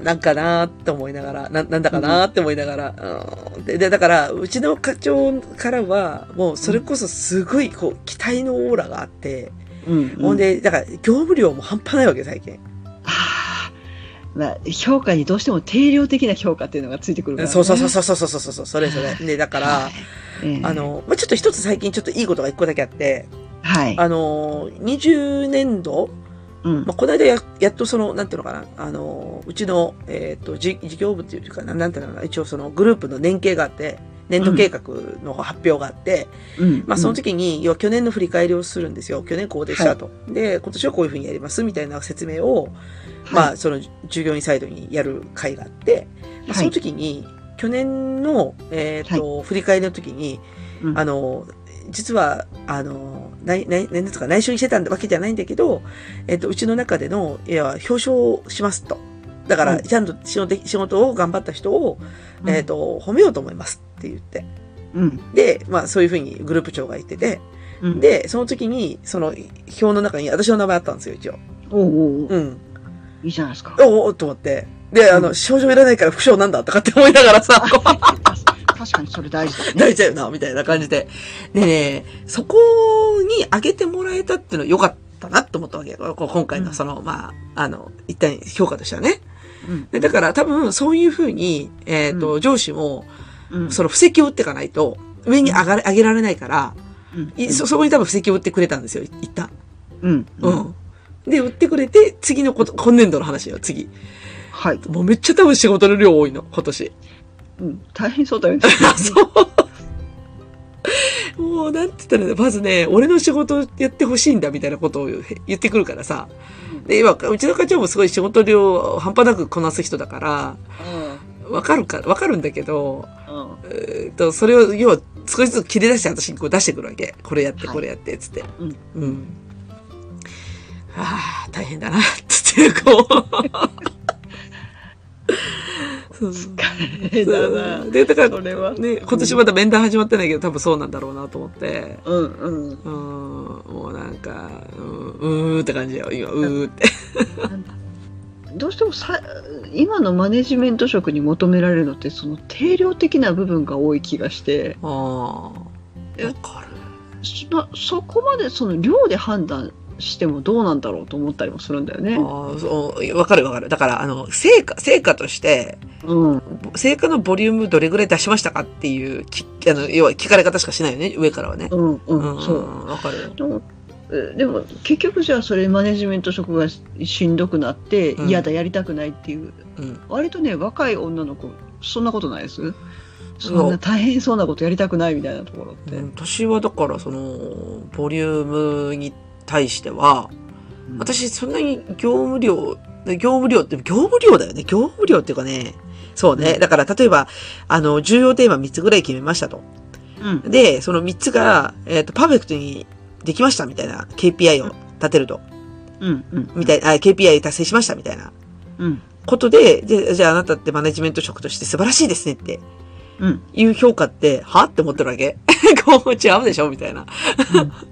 ん、なんかなーって思いながら、な、なんだかなーって思いながら、うん、で、で、だから、うちの課長からは、もうそれこそすごい、こう、期待のオーラがあって、
うん
ほんで、だから、業務量も半端ないわけ、最近。
あーまあ、評価にどうしても定量的な評価っていうのがついてくるから、ね。
そうそうそうそうそうそうそうそう、それそれ。で、だから
は、いええ
あの、まあ、ちょっと一つ最近ちょっといいことが一個だけあって、
はい。
あの、20年度、
うん
まあ、この間ややっとその、なんていうのかな、あの、うちの、えっ、と、じ事業部っていうかな、なんていうのかな、一応そのグループの連携があって、年度計画の発表があって、
うん
まあその時に、要は去年の振り返りをするんですよ。去年こうでしたと。で、今年はこういうふうにやりますみたいな説明を、まあその従業員サイドにやる会があって、まあ、その時に、去年の、えっ、と、振り返りの時に、
うん
あの、実は、あの、ない、ない、なんとか内緒にしてたわけじゃないんだけど、えっと、うちの中での、いや、表彰をしますと。だか
う
ら、
ん
ちゃんと仕事仕事を頑張った人を、
うん
えっと、褒めようと思いますって言って。
うん
で、まあ、そういうふうにグループ長が言ってて、
うん、
で、その時に、その表の中に私の名前あったんですよ、一応。
おうおうおう
うん。
いいじゃない ですか。
おおおと思って。で、あ
う
の、
ん
症状いらないから副賞なんだとかって思いながらさ、
あ確かにそれ大事 だね。
大事だよな、みたいな感じで。でね、そこにあげてもらえたっていうのは良かったなと思ったわけよ。こう今回のその、まあ、あの、一旦評価としてはね。
うん
でだから多分そういうふうに、えっ、と、上司も、
うん
その布石を打っていかないと、上に上がれ、上げられないから、
うん
いそ、そこに多分布石を打ってくれたんですよ、一旦。
うんう
うんん。で、打ってくれて、次のこと、今年度の話よ、次。
はい。
もうめっちゃ多分仕事の量多いの、今年。
うん大変そうだよ ね。
そう。もう、なんて言ったらいいんだ、まずね、俺の仕事やってほしいんだ、みたいなことを言言ってくるからさ。で、今、うちの課長もすごい仕事量半端なくこなす人だから、わかるから、わかるんだけど、
うんうん
えーっと、それを、要は、少しずつ切り出して、私にこう出してくるわけ。これやって、
はい
これやって、つって。
うん
うん。ああ、大変だな、つって、こ う。そう
疲れだな。
で、だから
そ、れは。
ね、今年まだ面談始まってないけど、多分そうなんだろうなと思って。
うんうん。
うーん、もうなんか、うん、うーって感じよ、今、うーって。
どうしてもさ今のマネジメント職に求められるのってその定量的な部分が多い気がして
ああ
え
ー。わか
そなそこまでその量で判断してもどうなんだろうと思ったりもするんだよね
る。。ああ、そう、わかるわかる。だから、あの、成果、成果として、
うん、
成果のボリュームどれぐらい出しましたかっていう、きあの、要は聞かれ方しかしないよね、上からはね。
うん、
うん、
うん、そう。
わかるよ。
でもえでも結局じゃあそれマネジメント職がししんどくなって
うん
嫌だやりたくないっていう、
うん。
割とね若い女の子そんなことないです
そう
そんな大変そうなことやりたくないみたいなところって、
で私はだから、その、ボリュームに対しては、
うん
私、そんなに業務量、業務量って、業務量だよね。業務量っていうかね。そうね。
うん
だから、例えば、あの、重要テーマ3つぐらい決めましたと。
うん
で、その3つが、えっ、と、パーフェクトにできましたみたいな KPI を立てると。
うんうん
みたいな、あ KPI 達成しましたみたいな
うん
ことで、で、じゃああなたってマネジメント職として素晴らしいですねって
うん
いう評価って、はって思ってるわけ。 こう、違うでしょみたいな。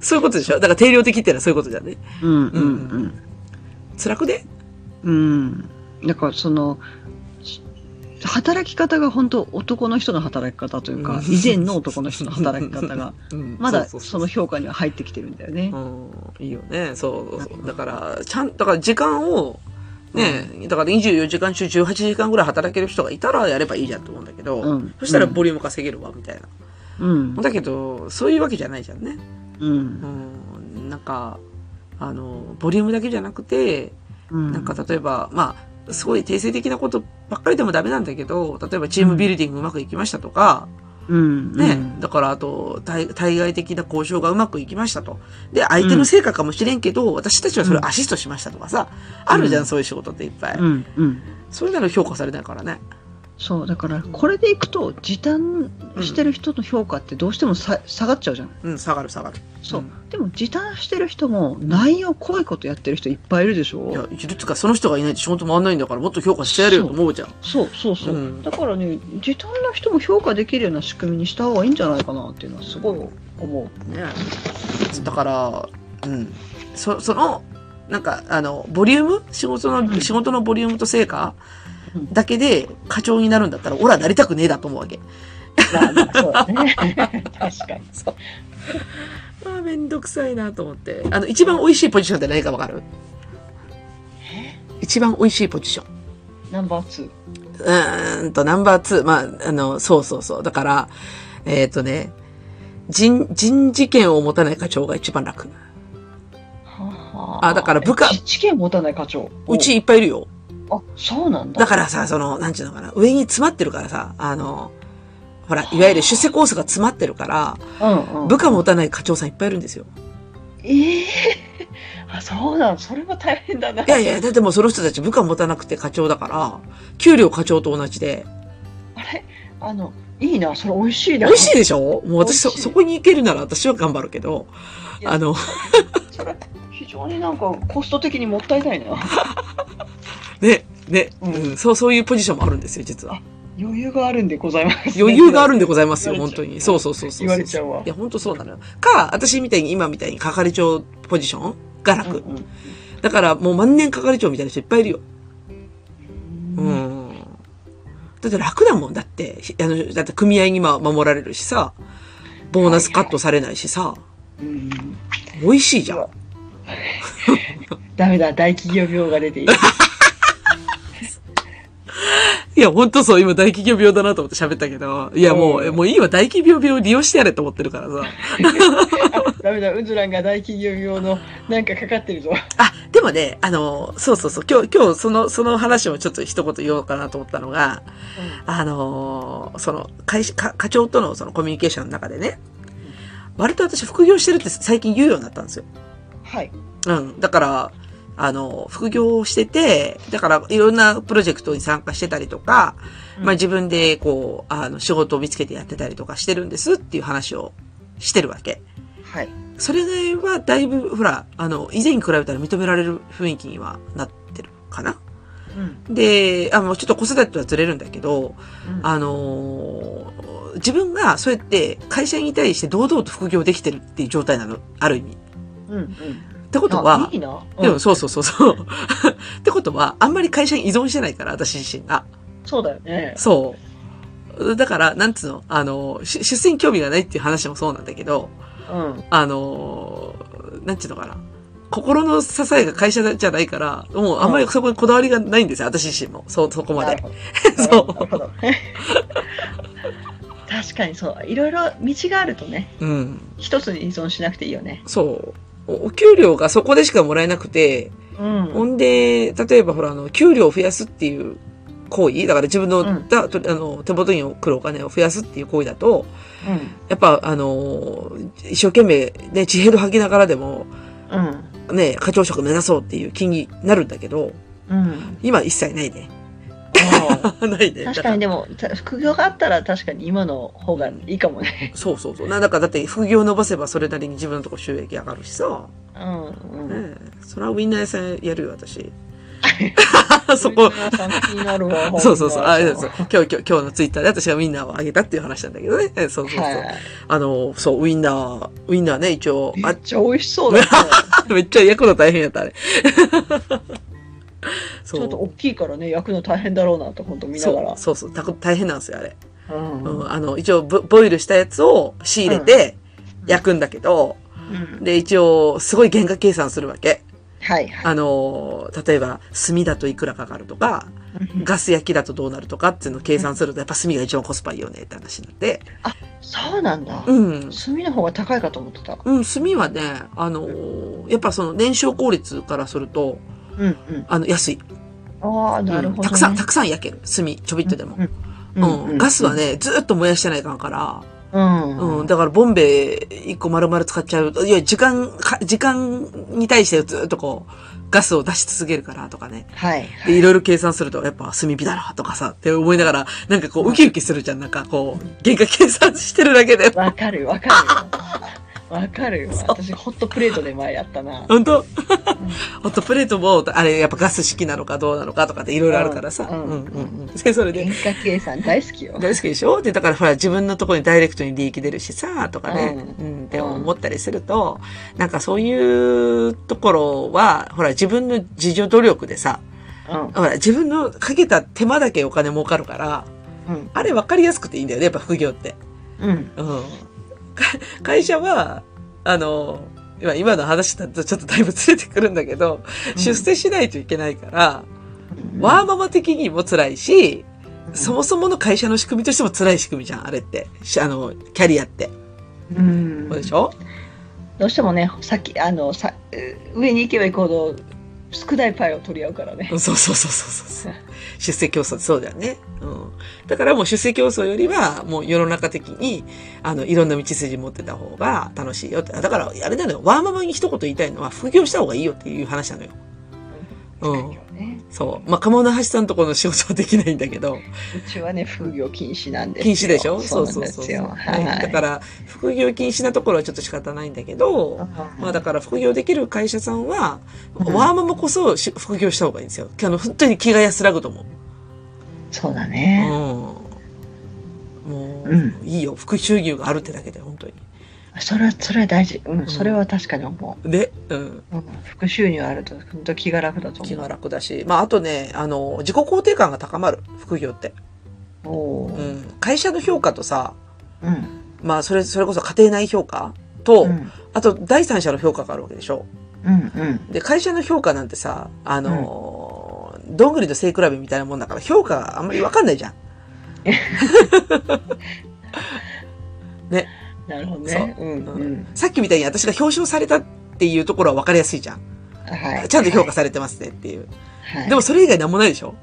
そういうことでしょだから定量的っていうのはそういうことだよね。
うんうんうん
辛くね
うんだからそのし働き方が本当男の人の働き方というか、
うん
以前の男の人の働き方が
うん
ま
う
だ
うう
その評価には入ってきてるんだよね。
うん、いいよね。そうそうそう。だから、ちゃん、だから時間を、ね、だから24時間中18時間ぐらい働ける人がいたらやればいいじゃんと思うんだけど、
うん
そしたらボリューム稼げるわ、みたいな。
うん
だけど、そういうわけじゃないじゃんね。
うん
うん、なんか、あの、ボリュームだけじゃなくて、
うん
なんか例えば、まあ、すごい定性的なことばっかりでもダメなんだけど、例えばチームビルディングうまくいきましたとか、
うん
ね、だからあと対、対外的な交渉がうまくいきましたと。で、相手の成果かもしれんけど、私たちはそれをアシストしましたとかさ、あるじゃん、
うん
そういう仕事っていっぱい。
うんうん、
それなら評価されないからね。
そうだからこれでいくと時短してる人の評価ってどうしてもさ下がっちゃうじゃない
うん、下がる下がる。
そう、
ん
でも時短してる人も内容濃いことやってる人いっぱいいるでし
いや
ょ、
いるつか、その人がいないと仕事回んないんだから、もっと評価してやるよと思うじゃん。
そうそうそう、
うん
だからね時短の人も評価できるような仕組みにした方がいいんじゃないかなっていうのは すごい思う
ねだから、うん。そ、その、なんか、あの、ボリューム仕事
う
の、
ん
仕事のボリュームと成果
うん
だけで課長になるんだったら、俺はなりたくねえだと思うわけ。
まあまあそうだね確かに
ああ、めんどくさいなと思って。あの、一番美味しいポジションって何かわかる一番美味しいポジション。
ナンバー
うーんと、ナンバー2。まあ、あの、そうそうそう。だから、えっ、とね、人、人事権を持たない課長が一番楽。
2
あだから部下
知見持たない課長
うちいっぱいいるよ。
おあそうなんだ
だからさ、その、なんちゅうのかな、上に詰まってるからさ、あの、ほら、いわゆる出世コースが詰まってるから、
うんうん
部下持たない課長さんいっぱいいるんですよ。
ええ あそうなんそれは大変だない
やいや、だってもうその人たち部下持たなくて課長だから、給料課長と同じで、
あれあのいいなそれ美味しい
美
な
味しいでしょもう私そ、
美味しい
そこに行けるなら私は頑張るけど、
いや
あの、
それ非常になんかコスト的にもったいないな
ね、ね、う
うん
ん、そう、そういうポジションもあるんですよ、実は。
余裕があるんでございます、
余裕があるんで
ご
ございますよ、
言わ
本
れちゃ
当
う
に。そうそうそうそうそう。
言われちゃうわ
いや、本当そうなのよ。か、私みたいに、今みたいに係長ポジションが楽。
うんうん
だから、もう万年係長みたいな人いっぱいいるよ。うん。だって楽だもん。だって、ひあの、だって組合にま守られるしさ、ボーナスカットされないしさ、
うん
美味しいじゃん。
ダメだ大企業病が出ている
いや、ほんとそう、今大企業病だなと思って喋ったけど、いや、もう、
うん
もういいわ、大企業病を利用してやれと思ってるからさ。
あダメだウズランが大企業病のなんかかかってるぞ
あ、 でもね、あの、そうそうそう、今日、今日、その、その話もちょっと一言言おうかなと思ったのが、あのーその、会社、か課長とのそのコミュニケーションの中でね、割と私副業してるって最近言うようになったんですよ。
はい
うん。だから、あの、副業をしてて、だからいろんなプロジェクトに参加してたりとか、
うん
まあ自分でこう、あの、仕事を見つけてやってたりとかしてるんですっていう話をしてるわけ。
はい
それはだいぶ、ほら、あの、以前に比べたら認められる雰囲気にはなってるかな。
うん
で、あの、ちょっと子育てとはずれるんだけど、
うん
あのー自分がそうやって会社に対して堂々と副業できてるっていう状態なの、ある意味。っ
うんうん
てこと
あ
は、
いいな
で
う
も
ん
そうそうそうそう。 ってことは、あんまり会社に依存してないから、私自身が。
そうだよね
そう。だから、なんつうの、あの、し出世に興味がないっていう話もそうなんだけど、
うん
あの、なんていうのかな。心の支えが会社じゃないから、もうあんまりそこにこだわりがないんですよ、私自身も。そう、そこま
な
で
る。ほど
そう
なるほど 確かにそういろいろ道があるとね
うん。
一つに依存しなくていいよね
そう。おお給料がそこでしかもらえなくて、
うん
ほんで、例えばほら、あの、給料を増やすっていう行為、だから自分の、
うん
だとあの手元に来るお金を増やすっていう行為だと、やっぱ、あの、一生懸命、ね、地平度吐きながらでも、
うん
ね、課長職目指そうっていう気になるんだけど、
うん
今一切ないね。ないね。
確かにでもた副業があったら確かに今の方がいいかもね。
そうそうそう。なんだかだって副業伸ばせばそれなりに自分のとこ収益上がるしさ。
うんう
ね
ん。
え、それはウィンナー屋さんやるよ、 私。そこ。
さん気になるわ。
そうそうそう。あ、そうそう
は
今日、今日、今日のツイッターで私がウィンナーをあげたっていう話なんだけどね。えそうそうそう。
い。
あの、そう、ウィンナー、ウィンナーね、一応。
め
あ
っ、ちゃ美味しそうだね。
めっちゃ焼くの大変やった、あれ。そ
ち
う。
ょっと大きいからね、焼くの大変だろうなと本当見ながら。
そうそうそうたこ大変なんですよ、あれ。
う
うんん、あの、一応ボ、ボイルしたやつを仕入れて
うん
焼くんだけど、
うん
で、一応、すごい原価計算するわけ。
はいはい。
あの、例えば、炭だといくらかかるとか、ガス焼きだとどうなるとかっていうのを計算すると、やっぱ炭が一番コスパいいよねって話になって。
そうなんだ。
うん。
炭の方が高いかと思ってた。
うん、炭はね、あのーやっぱその燃焼効率からすると、
うんうん。
あの、安い。
ああ、なるほど
うんた
ね。
くさん、たくさん焼ける。炭、ちょびっとでも。うんガスは。ね、ずーっと燃やしてないかんから、
うん
うん、
うん。
だからボンベ一個丸々使っちゃうと、いや、時間か、時間に対してずーっとこう、ガスを出し続けるからとかね。
はい。
で、いろいろ計算すると、やっぱ炭火だなとかさ、って思いながら、なんかこ う、ウキウキするじゃん。なんかこう、原価計算してるだけで。
わかるわかる。わかるよ。
そう
私、ホットプレートで前やったな。
本 当ホットプレートも、あれ、やっぱガス式なのかどうなのかとかっていろいろあるからさ。う
うんん
うんうん。で、それで
原、価計算大好きよ。
大好きでしょで、だからほら、自分のところにダイレクトに利益出るしさ、とかね、う、
うん
って思ったりすると、なんかそういうところは、ほら、自分の自助努力でさ、
うん。
ほら、自分のかけた手間だけお金儲かるから、
うん。
あれ分かりやすくていいんだよね、やっぱ副業って。
うん。
うん。 か会社は、あの、今今の話だとちょっとだいぶ連れてくるんだけど、出世しないといけないから、ワーママ的にも辛いし、そもそもの会社の仕組みとしても辛い仕組みじゃん、あれって。しあの、キャリアって。
うん
そうでしょ
どうしてもね、先、あの、さ、上に行けば行くほど、少ないパイを取り合うからね
う。んそうそうそうそう そう。出世競争ってそうだよね。うん。だからもう出世競争よりは、もう世の中的に、あの、いろんな道筋持ってた方が楽しいよって。だから、あれなのよ。ワーママに一言言いたいのは、副業した方がいいよっていう話なのよ。うん。
ね
そう。まあ、鴨の橋さんとこの仕事はできないんだけ ど。
うちはね、副業禁止なんです
禁
よ。
止でしょ
そうなんですよ。はい。
だから、副業禁止なところはちょっと仕方ないんだけど、まあだから副業できる会社さんは、
うん
ワーママこそし副業した方がいいんですよ。あの、本当に気が安らぐと思う。
そうだ
うん。
ね。
もう、
うん
いいよ。副収入があるってだけで、本当に。
それは、それは大事。うん、それは確かに思
で、うん、
う。うん、副収入あると、本当気が楽だと
気
思
が
う。
楽だし。まああとね、あの、自己肯定感が高まる。副業って。
お
う
ー
ん。会社の評価とさ、
うん。
まあそれ、それこそ家庭内評価と、
うん。
あと第三者の評価があるわけでしょ。
うん。うん。
で、会社の評価なんてさ、あのーどんぐりの背比べみたいなもんだから評価があんまりわかんないじゃん。
なるほどね。うんうん。
さっきみたいに私が表彰されたっていうところはわかりやすいじゃん。
はい。
ちゃんと評価されてますねっていう。
はい。
でもそれ以外なんもないでしょ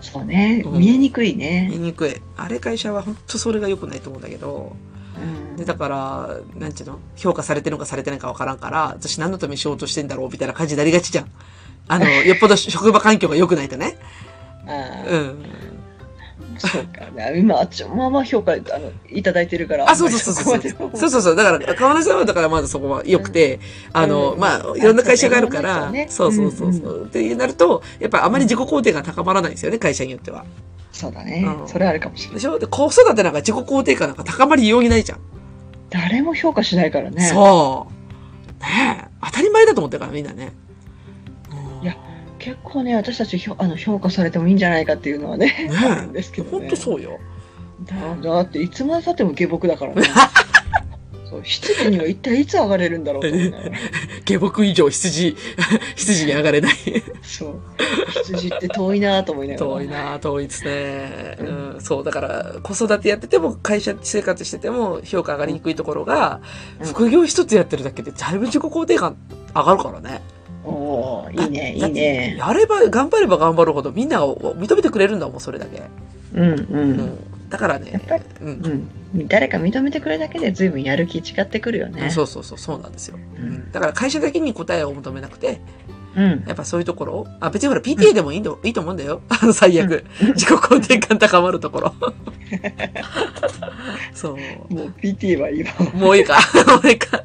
そうね。
うん
見えにくい
見
ね。
にくい。あれ会社は本当それが良くないと思うんだけど。
うん
で、だから、なんちゅうの評価されてるのかされてないかわからんから、私何のために仕事してんだろうみたいな感じになりがちじゃん。 あの、よっぽど職場環境が良くないとね。
あ
う
ー
ん。
そうか。今、あっちまあまあ評価あのいただいてるから。
あ、そうそうそうそう。そうそう
う。
そうだから、川村さんはだからまだそこは良くて、あの、
うん
まあ、いろんな会社があるから、
あ
そ
そうう
そ
そうう
そ
そ
そ
うう
う、ってなると、やっぱあまり自己肯定が高まらないんですよね、会社によっては。
そうだね
う。ん
それあるかもしれな
で
い。
しょで、子育てなんか自己肯定感なんか高まりようにないじゃん。
誰も評価しないからね。
そう。ねえ当たり前だと思ってるから、みんなね。うん
いや結構ね、私たち評あの評価されてもいいんじゃないかっていうのはね、
ねえ
あるんですけど
ほん
ね。
とそうよ。
だだって、いつまでたっても下僕 だからね。そう、7時には一体いつ上がれるんだろうと思いながら
下僕以上羊、 羊に上がれない。
そう。羊って遠いなと思いながら。
遠いな遠いですね、うん、そうだから子育てやってても会社生活してても評価上がりにくいところが
うん
副業一つやってるだけでだいぶ自己肯定感上がるからね
おおいいね、い
だっ
い
て
ね。
やれば頑張れば頑張るほどみんなが認めてくれるんだもんそれだけ、
うんう。
うんん、だからね
やっぱり
うん
うん。誰か認めてくれるだけで随分やる気違ってくるよね。
そうそうそうそうなんですよ、
う。
うんんだから会社だけに答えを求めなくて
うん。
やっぱそういうところをあ別にほら PTA でもいいんだ、いいと思うんだよあの最悪自己肯定感高まるとこ ろそう
もう PT はいいわ。
もういいか。もういいか。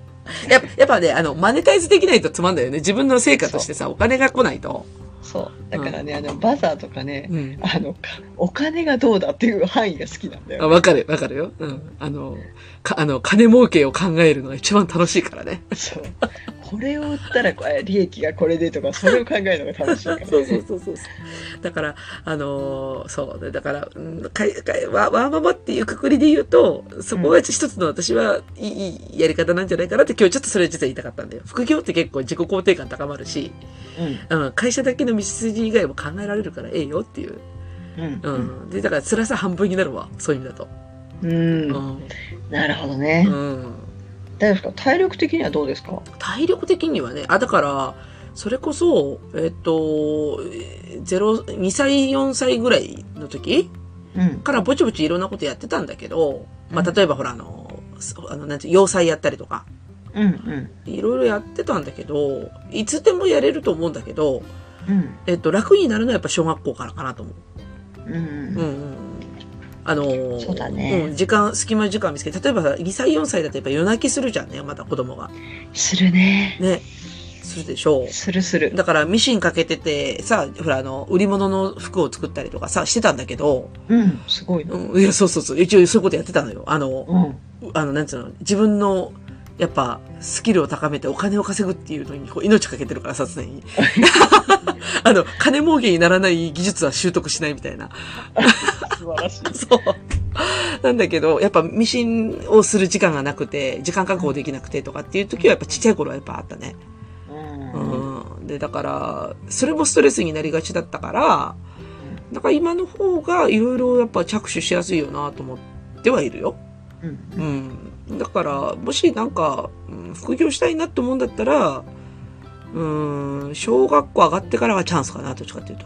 やっぱ、やっぱね、あの、マネタイズできないとつまんだよね。自分の成果としてさ、お金が来ないと。
そう。だからね、あの、バザーとかね、
うん。
あの、かお金がどうだっていう範囲が好きなん
あ
だよ。
わかる、わかるよ。うん。あの、か、あの、金儲けを考えるのが一番楽しいからね。
そう。これを売ったら、これ利益がこれでとか、それを考えるのが楽しいから、ね。
そうそうそうそう。だから、あのーそうね。だから、うんかいかいわわーままっていうくくりで言うと、そこが一つの私はいい、いいやり方なんじゃないかなって今日ちょっとそれ実は言いたかったんだよ。副業って結構自己肯定感高まるし、うん、会社だけの道筋以外も考えられるからええよっていう。
うん。う。
うんん。で、だから辛さ半分になるわ。そういう意味だと。
うん。
う
うん、
ん。
なるほどね。
うん。
大丈夫ですか体力的にはどうですか
体力的にはね、あ、だから、それこそ、えっと、えーゼロ、2歳、4歳ぐらいの時
うん。
からぼちぼちいろんなことやってたんだけど、ま
う
あ、
ん
例えばほら、あの、そあの、なんていう、洋裁やったりとか、
うんうん。
いろいろやってたんだけど、いつでもやれると思うんだけど、
うん。
えっと、楽になるのはやっぱ小学校からかなと思う。
うん
うんうんあのー
そうだね
うん、時間、隙間時間見つけて、例えばさ、2歳、4歳だとやっぱ夜泣きするじゃんね、まだ子供が。
するね。
ね。するでしょう。
するする。
だからミシンかけてて、さ、ほらあの、売り物の服を作ったりとかさ、してたんだけど、
うん、すごいな。
うん、いや、そうそうそう、一応そういうことやってたのよ。あの、
うん。
あの、なんつうの、自分の、やっぱ、スキルを高めてお金を稼ぐっていうのに、こう命かけてるからさ、常 に。あの、金儲けにならない技術は習得しないみたいな。
素晴らしい。
そう。なんだけど、やっぱミシンをする時間がなくて、時間確保できなくてとかっていう時は、やっぱちっちゃい頃はやっぱあったね。
うん。
うん。で、だから、それもストレスになりがちだったから、だから今の方がいろいろやっぱ着手しやすいよなと思ってはいるよ。
うん。
うん。だから、もしなんか、うん副業したいなって思うんだったら、うん、小学校上がってからがチャンスかな、どっちかっていうと。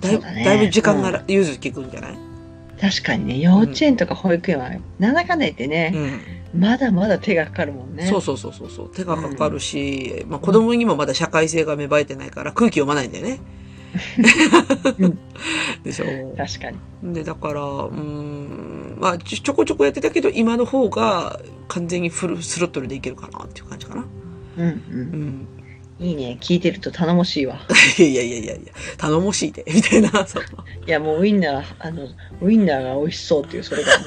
だい
そうだね
だいぶ時間が融通きくんじゃない、
確かにね、幼稚園とか保育園は、なんだかんだ言ってね、
うん
まだまだ手がかかるもんね。
そうそうそうそうそう。手がかかるし、まあ子供にもまだ社会性が芽生えてないから空気読まないんだよね。
うん
でしょ。
確かに。
で、だから、うーん、まあちちょこちょこやってたけど、今の方が完全にフルスロットルでいけるかなっていう感じかな。
うんう。
うんん。
いいね。聞いてると頼もしいわ。
いやいやいやいやいや、頼もしいで、みたいな。 そう
いや、もうウインナー、あの、ウインナーが美味しそうっていう、そ れがね。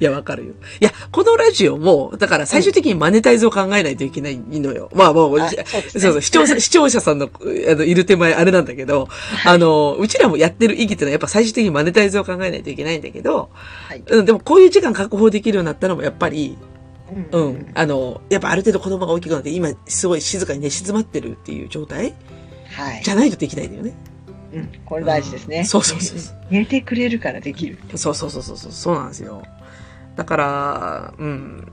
いや、わかるよ。いや、このラジオも、だから最終的にマネタイズを考えないといけないのよ。まあまあ、
あ
俺
そうですね
そうそう、視聴 者、視聴者さんの、あの、いる手前、あれなんだけど、あの、うちらもやってる意義ってのは、やっぱ最終的にマネタイズを考えないといけないんだけど、
はい。
うん、でもこういう時間確保できるようになったのも、やっぱり、
う
うん、あの、やっぱある程度子供が大きくなって、今、すごい静かに寝静まってるっていう状態
はい
じ。ゃないとできないんだよね。
うん。これ大事です
う
ね。
んそうそうそうそう。
寝てくれるからできる。
そうそうそうそうそう、そうなんですよ。だから、うん、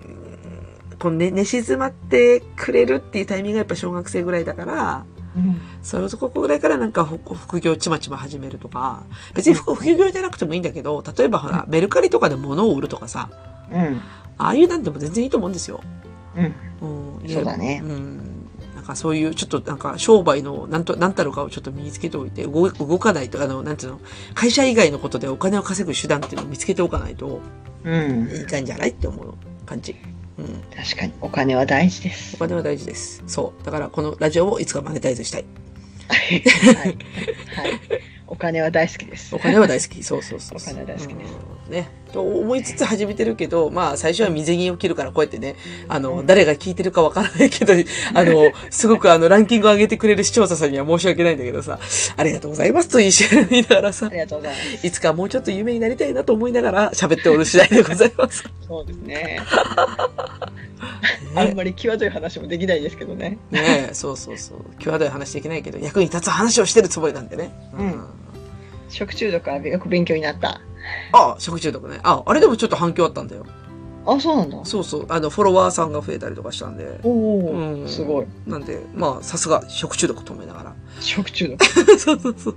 こうね、寝静まってくれるっていうタイミングがやっぱ小学生ぐらいだから、
うん。
そういうとこぐらいからなんかほ副業ちまちま始めるとか、別に副副業じゃなくてもいいんだけど、例えばほら、メルカリとかで物を売るとかさ、
うん。
ああいうなんでも全然いいと思うんですよ。
うん。
うん、いや
そうだね
うん。なんかそういう、ちょっとなんか商売のなんと、なんたるかをちょっと身につけておいて、動動かないと、あの、なんていうの、会社以外のことでお金を稼ぐ手段っていうのを見つけておかないと、
うん。
いいんじゃないって思う感じ。うん。
確かに。お金は大事で
お
す。
金は大事です。そう。だからこのラジオをいつかマネタイズしたい。
はい。はい。お金は大好きです。
お金は大好 き。そうそうそう
お金は大好きです
うんね。と思いつつ始めてるけど、まあ最初は未然を切るからこうやってね、あの、
うん
誰が聞いてるかわからないけ ど、あの、すごくあの、ランキングを上げてくれる視聴者さんには申し訳ないんだけどさ、ありがとうございますと言い知らないながら
あ
さ
り、がとうございます。
いつかもうちょっと有名になりたいなと思いながら喋っておる次第でござい ます。
そうですね。あんまり際どい話もできないですけどね。
ねえ、そうそうそう。際どい話できないけど、役に立つ話をしてるつもりなんでね。
うん食中毒はよく勉強になった。
あ、食中毒ね。あ、あれでもちょっと反響あったんだよ。
あ、そうなんだ。
そうそう。あの、フォロワーさんが増えたりとかしたんで。
お
う
お
ん
ー、すごい。
なんで、まあ、さすが食中毒と思いなが ら。
食中毒。
そうそうそう。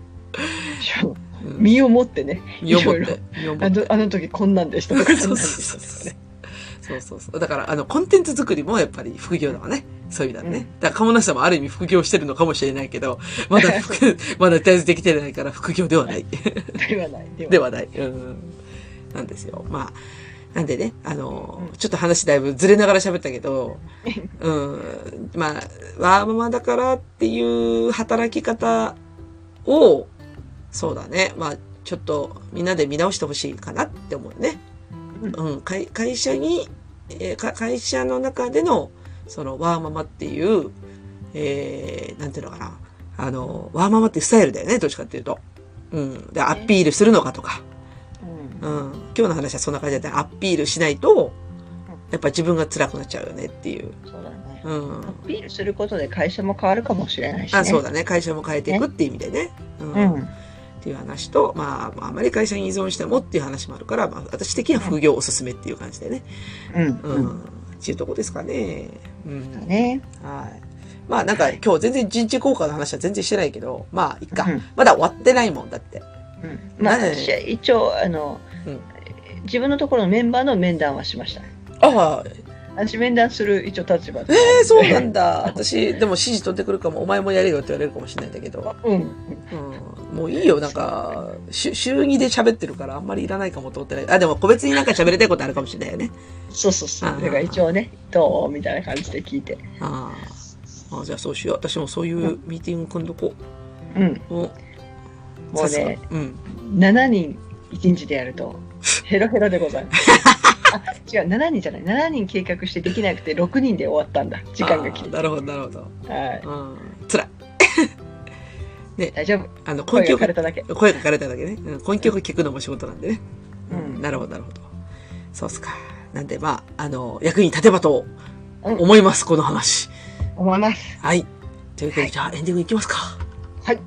うん
身をもってね。
身をもっ
いろい
て。身をも
あ
っ
の
て。
あの時こんなんでしたとか。
そうそうそうそう。そうそうそう。だから、あの、コンテンツ作りもやっぱり副業だわね。そういう意味だね。だから、鴨梨さんもある意味副業してるのかもしれないけど、まだ 副、まだ大事できてないから副業ではない。
ではない。で
で
は
はない。うん。なんですよ。まあ、なんでね、あの、ちょっと話だいぶずれながら喋ったけど、うん、まあ、わーままだからっていう働き方を、そうだね、まあ、ちょっとみんなで見直してほしいかなって思うね。うん、会会社に、えーか会社の中での、その、わーままっていう、えー、なんていうのかな。あの、わーままっていうスタイルだよね、どっちかっていうと。うん。で、アピールするのかとか。
うん
うん。今日の話はそんな感じだったアピールしないと、やっぱ自分が辛くなっちゃうよねっていう。
そうだね。
うん。
アピールすることで会社も変わるかもしれないしね。
あ、そうだね。会社も変えていくっていう意味でね。うん。
う
っ
ん。
ていう話と、まあ、あまり会社に依存してもっていう話もあるから、まあ、私的には副業おすすめっていう感じでね。
うん。
う。
うんん。
っていうとこですかね。うん。
だね。
はい。まあなんか今日全然人事効果の話は全然してないけど、まあいっか。
うん
まだ終わってないもんだって。
うんま
な
あ、
んで
私は一応、あの
うん、
自分のところのメンバーの面談はしました。
ああ、
私面談する一応立場で。
えー、そうなんだ。 私、でも指示取ってくるかも、お前もやれよって言われるかもしれないんだけど。
うん。
うん、もういいよ、なんか、週週2で喋ってるから、あんまりいらないかもと思ってない。あ、でも個別になんか喋りたいことあるかもしれないよね。
そうそうそう。
あー
だから一応ね、どうみたいな感じで聞いて。
あーあ、じゃあそうしよう。私もそういうミーティング組んどこ
うん。
う。も
もうね、
うん。
7人1日でやると、ヘロヘロでござい ます。あ違う7人じゃない7人計画してできなくて6人で終わったんだ時間が
あー
来て
なるほど、なるほど。
はい
うん。辛い。
大丈夫
あの、根
声
気
が
よ
枯れ
く、
ただけ
声がかれただけね。うん根気よく聞くのも仕事なんでね。
うん
なるほど、なるほど。そうっすか。なんで、まあ、あの、役に立てばと
うん
思います、この話。
思います
はい。ということで、じゃあエンディングいきますか。
はい。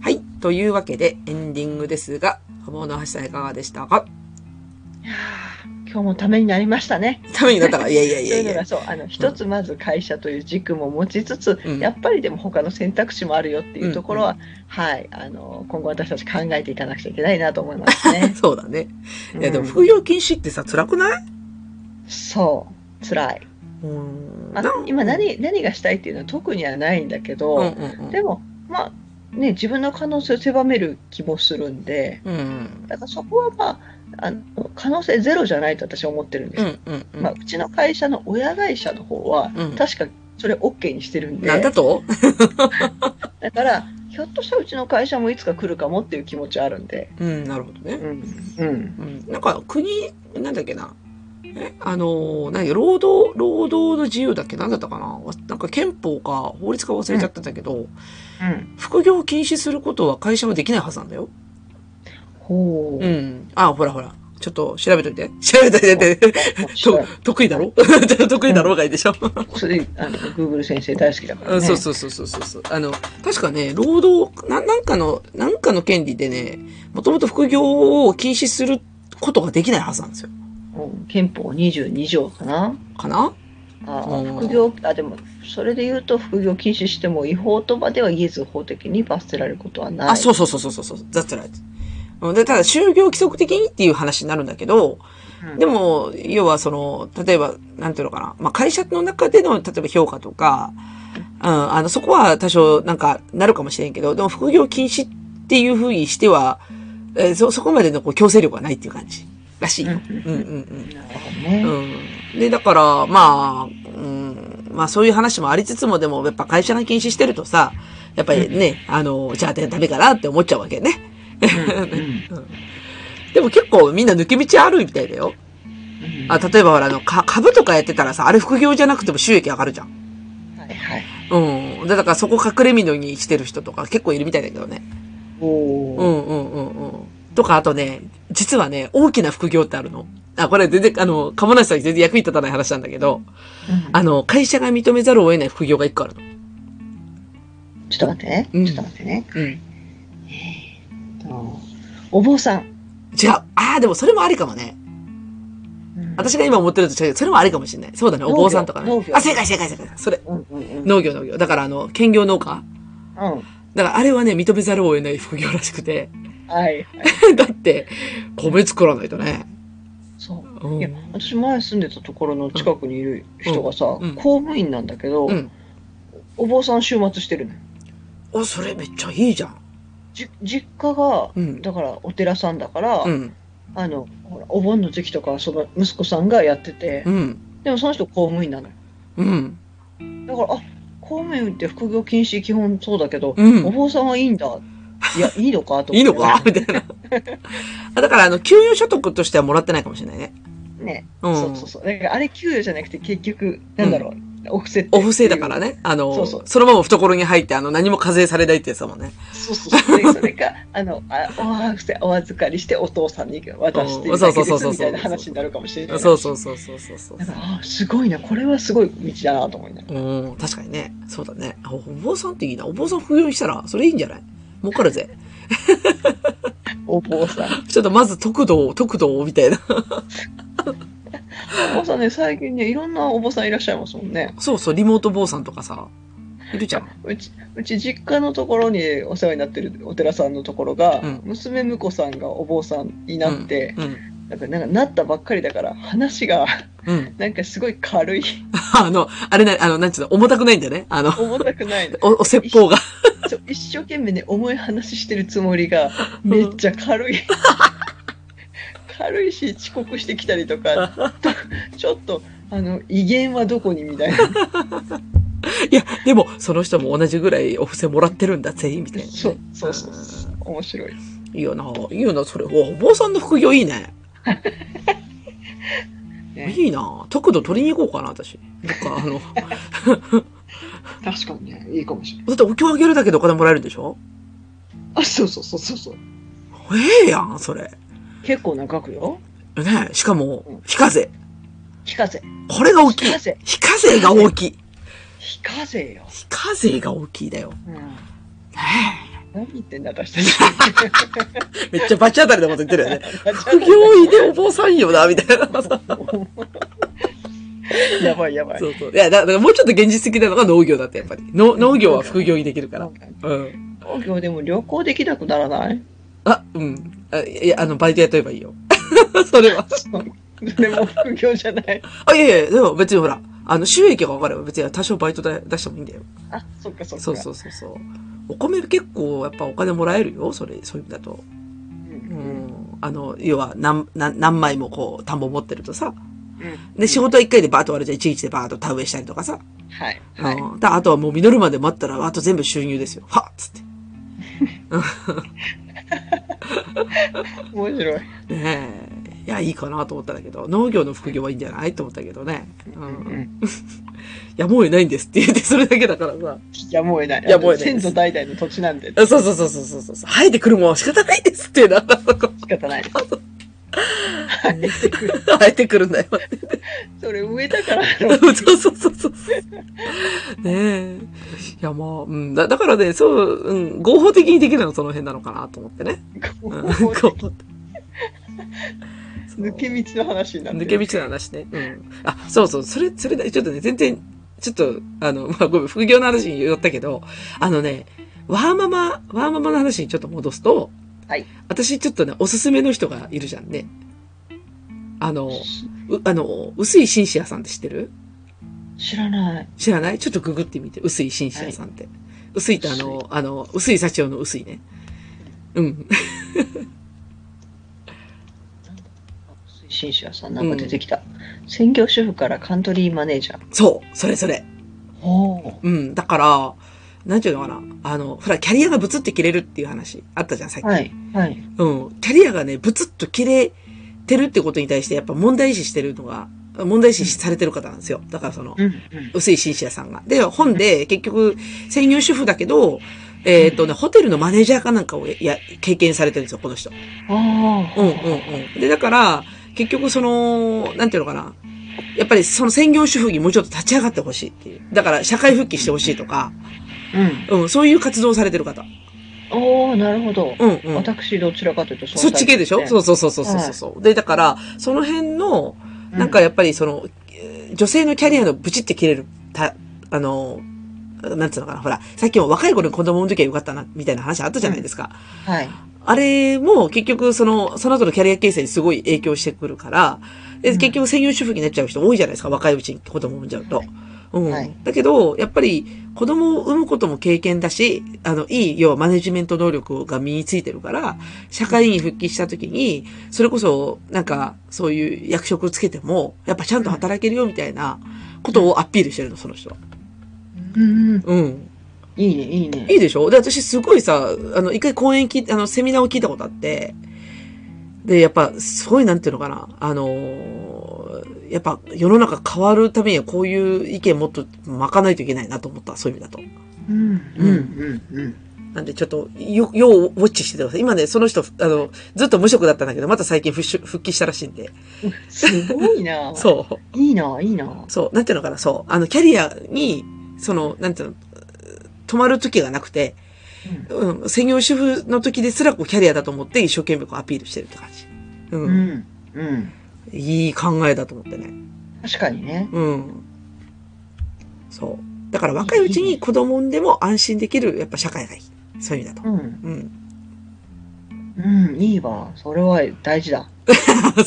はい。というわけで、エンディングですが、ハモの橋さんいかがでしたか
いやー今日もためになりましたね
ためにな ったから、いやいやい
そう
やい
い
う
の
や
が。そうあの一つまず会社という軸も持ちつつ、
うん
やっぱりでも他の選択肢もあるよっていうところは、
う
はいあの今後私たち考えていかなくちゃいけないなと思いますね。
そうだね。いや、でも、
うん
副業禁止ってさ、辛くない
そう辛い。
うん
まあ、今何何がしたいっていうのは特にはないんだけ
うんうん
ど、
うん。
でもまあね自分の可能性を狭める気もするんで
うんうん。
だからそこはまああの可能性ゼロじゃないと私は思ってるんで
う
す。
んうんうん。
まあ、うちの会社の親会社の方は、
うん
確かそれ OK にしてるんで
なんだと
だから、ひょっとしたらうちの会社もいつか来るかもっていう気持ちはあるんで。
うん、なるほどね。
ん。うん。
うん、なんか国、なんだっけな。えあのー、何労働、労働の自由だっけなんだったかなわなんか憲法か法律か忘れちゃったんだけど、
うん。
副業を禁止することは会社はできないはずなんだよ。
ほ
う
う。
ん。あ、ほらほら。ちょっと調べといて。調べといてって。と得意だろ 得意だろうがいいでしょ、
それ、あの、Google 先生大好きだから
う
ね。
んそうそうそうそうそうそう。あの、確かね、労働、ななんかの、なんかの権利でね、もともと副業を禁止することができないはずなんですよ。
うん憲法22条かな。
かな
あ
うん
副業、あ、でも、それで言うと副業禁止しても違法とまでは言えず法的に罰せられることはない。
あ、そうそうそうそうそうそう。that's right. うんで、ただ、就業規則的にっていう話になるんだけど、
うん
でも、要はその、例えば、なんていうのかな。まあ、会社の中での、例えば評価とか、うん、あの、そこは多少、なんか、なるかもしれんけど、でも、副業禁止っていうふうにしては、えーそ、そこまでのこう強制力はないっていう感じ。らしいよ。
うん
うんうん
なるほど
う
ね。
ん。うん。で、だから、まあ、うん、まあ、そういう話もありつつも、でも、やっぱ会社が禁止してるとさ、やっぱりね、あの、じゃあダメかなって思っちゃうわけね。
うんうん
でも結構みんな抜け道あるみたいだよ。
うん
あ、例えばほら、あの、か、株とかやってたらさ、あれ副業じゃなくても収益上がるじゃん。
はいはい。
うん。でだからそこ隠れみのにしてる人とか結構いるみたいだけどね。う
おー。
んうんうんうん。とか、あとね、実はね、大きな副業ってあるの。あ、これ全然、あの、鴨梨さんに全然役に立たない話なんだけど、
うん
あの、会社が認めざるを得ない副業が一個あるの。
ちょっと待ってね。
うん
ちょっと待ってね。
うん。
とお坊さん。
じゃあ、ああ、でもそれもありかもね。
うん
私が今思ってると違うけど、それもありかもしれない。そうだね、お坊さんとかね
農業。
あ、正解正解正解。それ。
うんうんうん。
農業農業。だからあの、兼業農家
うん。
だからあれはね、認めざるを得ない副業らしくて。
はいはい。
だって、米作らないとね。
そう。
うん
いや、私前住んでたところの近くにいる人がさ、
うん
公務員なんだけど、
うん。
お坊さん週末してるのよ。
お、それめっちゃいいじゃん。
じ実家が、
うん
だからお寺さんだから、
うん。
あの、ほらお盆の時期とかはその息子さんがやってて、
うん。
でもその人公務員なのよ。
うん。
だから、あ、公務員って副業禁止基本そうだけど、
うん
お坊さんはいいんだ。いや、いいのかと思って。
いいのか みたいな。あだから、あの、給与所得としてはもらってないかもしれないね。
ね。
うん。
そうそうそう。だからあれ給与じゃなくて結局、なんだろう、お布施って
お布施だからね。あの、そ
そうそう
のまま懐に入って、あの、何も課税されないってやつだもんね。
そうそうそう。でそれか、 あの、あおはふせお預かりしてお父さんに渡していただけですみたいな話になるかもしれない。
そうそうそうそうそうそう
だ。からあすごいな、これはすごい道だなと思いなが
うん、確かにね。そうだね。あお坊さんっていいな。お坊さん副業にしたら、それいいんじゃない儲かるぜ。
ら、お坊さん。
ちょっとまず、特道、特道みたいな。
お坊さんね、最近ね、いろんなお坊さんいらっしゃいますもんね。
そうそう、リモート坊さんとかさ、いるじゃん。
うち、うち実家のところにお世話になってるお寺さんのところが、
うん
娘婿さんがお坊さんになって、
うん。
なんか、なんかなったばっかりだから、話が、
うん。
なんかすごい軽い、
あの、あれな、あの、なんちゅうの、重たくないんだよね。あの、
重たくないの。
お、お説法が。
そう一生懸命ね、重い話してるつもりが、めっちゃ軽い。 軽いし、遅刻してきたりとか、 ちょっと、あの、威厳はどこにみたい な。
いや、でも、その人も同じぐらいお布施もらってるんだ、全員、みたいなね。
そう、そうそうそう。面白い。
いいよな、いいよな、それ。おお坊さんの副業いいね。
ね
いいな。特度取りに行こうかな、私。なんか、あの、
確かにね、いいかもしれない。
だってお経あげるだけでお金もらえるんでしょ
あ、そうそうそうそうそう。
ええやん、それ。
結構な額よ。
ねしか
う
も
ん、
非課税。
非課税。
これが大きい
非課。税。
非課税が大きい。
非課税よ。
非課税が大きいだよ。
うん。
ね
何言ってんだ、私たち。
えめっちゃバチ当たりなこと言ってるよね。
副
副業医でお坊さんよな、みたいな。
やばいやばい。
そうそう。いや、だだからもうちょっと現実的なのが農業だって、やっぱり。の農業は副業にできるから。うん。
東京でも旅行できなくならない
あ、うん。あいや、あの、バイトやっとえばいいよ。 それは。
そうでも副業じゃない。
あ、いやいや、でも別にほら、あの、収益が分かれば別に多少バイトで出してもいいんだよ。
あ、そっかそっか。
そうそうそうそう。お米結構やっぱお金もらえるよ、それ、そういう意味だと。
うん。
う
うん
ん。あの、要は何、何、何枚もこう、田んぼ持ってるとさ。
うん
で、仕事は一回でバーッと終わるじゃん。一日でバーッと田植えしたりとかさ。
はい。は
はい
い。。
だあとはもう実るまで待ったら、あと全部収入ですよ。はっつって。
面白い。
ねえ。いや、いいかなと思ったんだけど、農業の副業はいいんじゃないと思ったけどね。う。
うんん。
いや、もういないんですって言って、それだけだからさ。
やむを得ない。
やむを得ない
先祖代々の土地なんで、
あそうそうそうそうそうそう。生えてくるもんは仕方ないですって、なんかそこ。
仕方ないです。入ってくる
生えてくるんだよ。
それ植えたからだ ろ
そうそうそうそうそう。ねえ。いや、まあ、うん。だだからね、そう、うん。合法的にできるのはその辺なのかなと思ってね。うん。合法的
抜け道の話になっ
抜
てる
け道の話ね。うん。あ、そうそう、それ、それだ、ちょっとね、全然、ちょっと、あの、 まあ、ごめん、副業の話に寄ったけど、あのね、ワーママ、ワーママの話にちょっと戻すと、
はい。
私、ちょっとね、おすすめの人がいるじゃんね。あの、うあの、薄井シンシアさんって知ってる
知らない。
知らないちょっとググってみて、薄井シンシアさんって。薄井ってあの、あの、薄井幸男の薄井ね。うん。
推進者さんなんか出てきた、専業主婦からカントリーマネージャー
そう、それそれ。
おお
うん。だから、なんていうのかな。あの、ほら、キャリアがブツって切れるっていう話あったじゃん、さっき。
はいはい
うん。キャリアがね、ブツッと切れてるってことに対して、やっぱ問題視してるのが、問題視されてる方なんですよ。だからその、
うんうん
薄いシンシアさんが。で、本で、結局、専業主婦だけど、えっ、とね、ホテルのマネージャーかなんかをや、経験されてるんですよ、この人。
ああ
うんうんうん。で、だから、結局その、なんていうのかな。やっぱりその専業主婦にもうちょっと立ち上がってほしいっていう。だから、社会復帰してほしいとか、
うん
うん、そういう活動をされてる方。
おおなるほど、
うんうん。
私どちらかというと
そっち系でしょそううそうそうそうそうそう。で、だから、その辺の、なんかやっぱりその、えー女性のキャリアのブチって切れる、た、あの、なんつうのかな、ほら、さっきも若い頃に子供の時はよかったな、みたいな話あったじゃないですか。
はい
あれも結局その、その後のキャリア形成にすごい影響してくるから、で
うん
結局専業主婦になっちゃう人多いじゃないですか、若いうちに子供を産んじゃうと。うん。
はい
だけど、やっぱり子供を産むことも経験だし、あの、いい、要はマネジメント能力が身についてるから、社会に復帰した時に、それこそ、なんか、そういう役職つけても、やっぱちゃんと働けるよみたいなことをアピールしてるの、その人は。
うんうん
うん。
いいねいいね
いいでしょで、私すごいさ、あの、一回講演聞いあの、セミナーを聞いたことあって、で、やっぱ、すごいなんていうのかな、あのーやっぱ、世の中変わるためにはこういう意見もっと巻かないといけないなと思った、そういう意味だと。
うんうんうんうん
なんで、ちょっと、よ、ようウォッチしてください。今ね、その人、あの、ずっと無職だったんだけど、また最近復し復帰したらしいんで。
すごい な
そう。
ういいないいな
そう、なんていうのかな、そう。あの、キャリアに、その、なんていうの、止まる時がなくて、うん、専業主婦の時ですらこうキャリアだと思って一生懸命こうアピールしてるって感じ。う。
うんんうん
いい考えだと思ってね。
確かにね。
うん。そう。だから若いうちに子供産んでも安心できる、やっぱ社会がいい。そういう意味だと。
うん。
うん。
うん、いいわ。それは大事だ。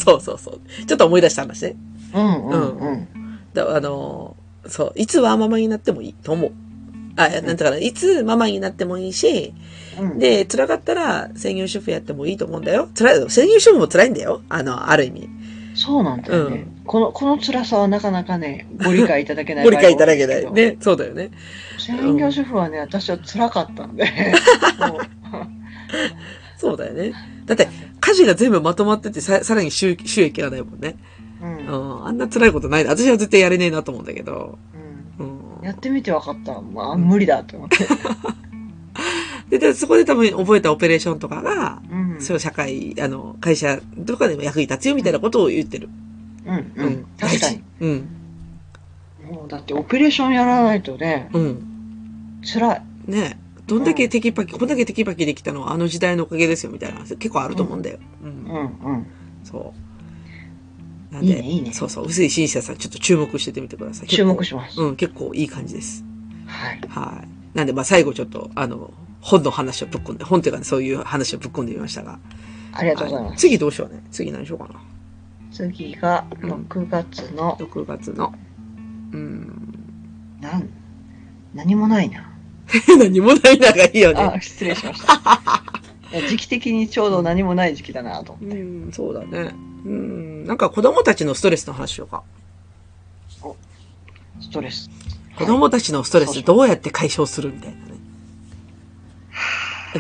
そうそうそう。ちょっと思い出した話ね。
うんうんうん。
だあのー、そう。いつはママになってもいいと思う。あ、いやなんていうかな。いつママになってもいいし、
うん、
で、辛かったら専業主婦やってもいいと思うんだよ。辛い、専業主婦も辛いんだよ。あの、ある意味。
そうなんだよね、
う
この。この辛さはなかなかね、ご理解いただけな い
ご理解いただけない。
場合が多です
ね。そうだよね。
けど専業主婦はね、私は辛かったんで。もう
そうだよね。だって、家事が全部まとまってて、ささらに収収益がないもんね。
う
うんん。あんな辛いことない。私は絶対やれねえなと思うんだけど。
うん
うん。
やってみて分かった。まあ、無理だと思って。
で、でそこで多分覚えたオペレーションとかが、
う ん。
そう、社会、あの、会社とかでも役に立つよみたいなことを言ってる。
うん、
う
うんん。。確かに。。
うん。
もうだって、オペレーションやらないとね、
うん。
辛い。
ねえどんだけテキパキ、こんだけテキパキできたのはあの時代のおかげですよみたいな話結構あると思うんだよ。う。
うんん
そう。
う。
なんんで、
いいね、いいね。
そうそう、薄井新社さん、ちょっと注目しててみてください。
注目
し
します。
うん、結構いい感じです。
はい。
はい。なんで、まあ、最後ちょっと、あの、本の話をぶっ込んで、本っていうか、ね、そういう話をぶっ込んでみましたが。あ
ありがとうございます。
次どうしようね。次何しようかな。
次が、
うん
6月の、
6月の。うーん。
なん、何もないな。
何もないながいいよね。
あ、失礼しました。 いや時期的にちょうど何もない時期だなと思
う
って。
ん、そうだね。うん。なんか子供たちのストレスの話しようか。
ストレス。
子供たちのストレ
そう
ス
そう
どうやって解消するみたいなね。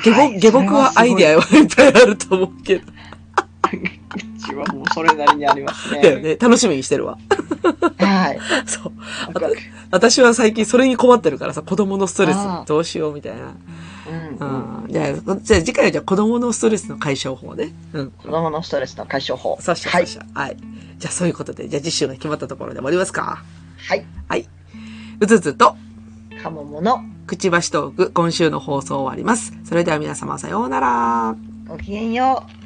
下
は
僕、
い
下僕はアイデアはいっぱいあると思うけど。
うちはもうそれなりにあります
だよ
ね。
ね。楽しみにしてるわ。
はい。
そう。あと私は最近それに困ってるからさ、子供のストレスどうしようみたいな。
うんうん。
うんじゃあ、じゃあ次回はじゃあ子供のストレスの解消法ね。うん。
子供のストレスの解消法。
そうしよう
はい
そう。しようはい。じゃあそういうことで、じゃあ次週が決まったところで終わりますか。
はい。
はい。うつうつと、
カモモの
くちばしトーク、今週の放送終わります。それでは皆様さようなら。
ごきげんよう。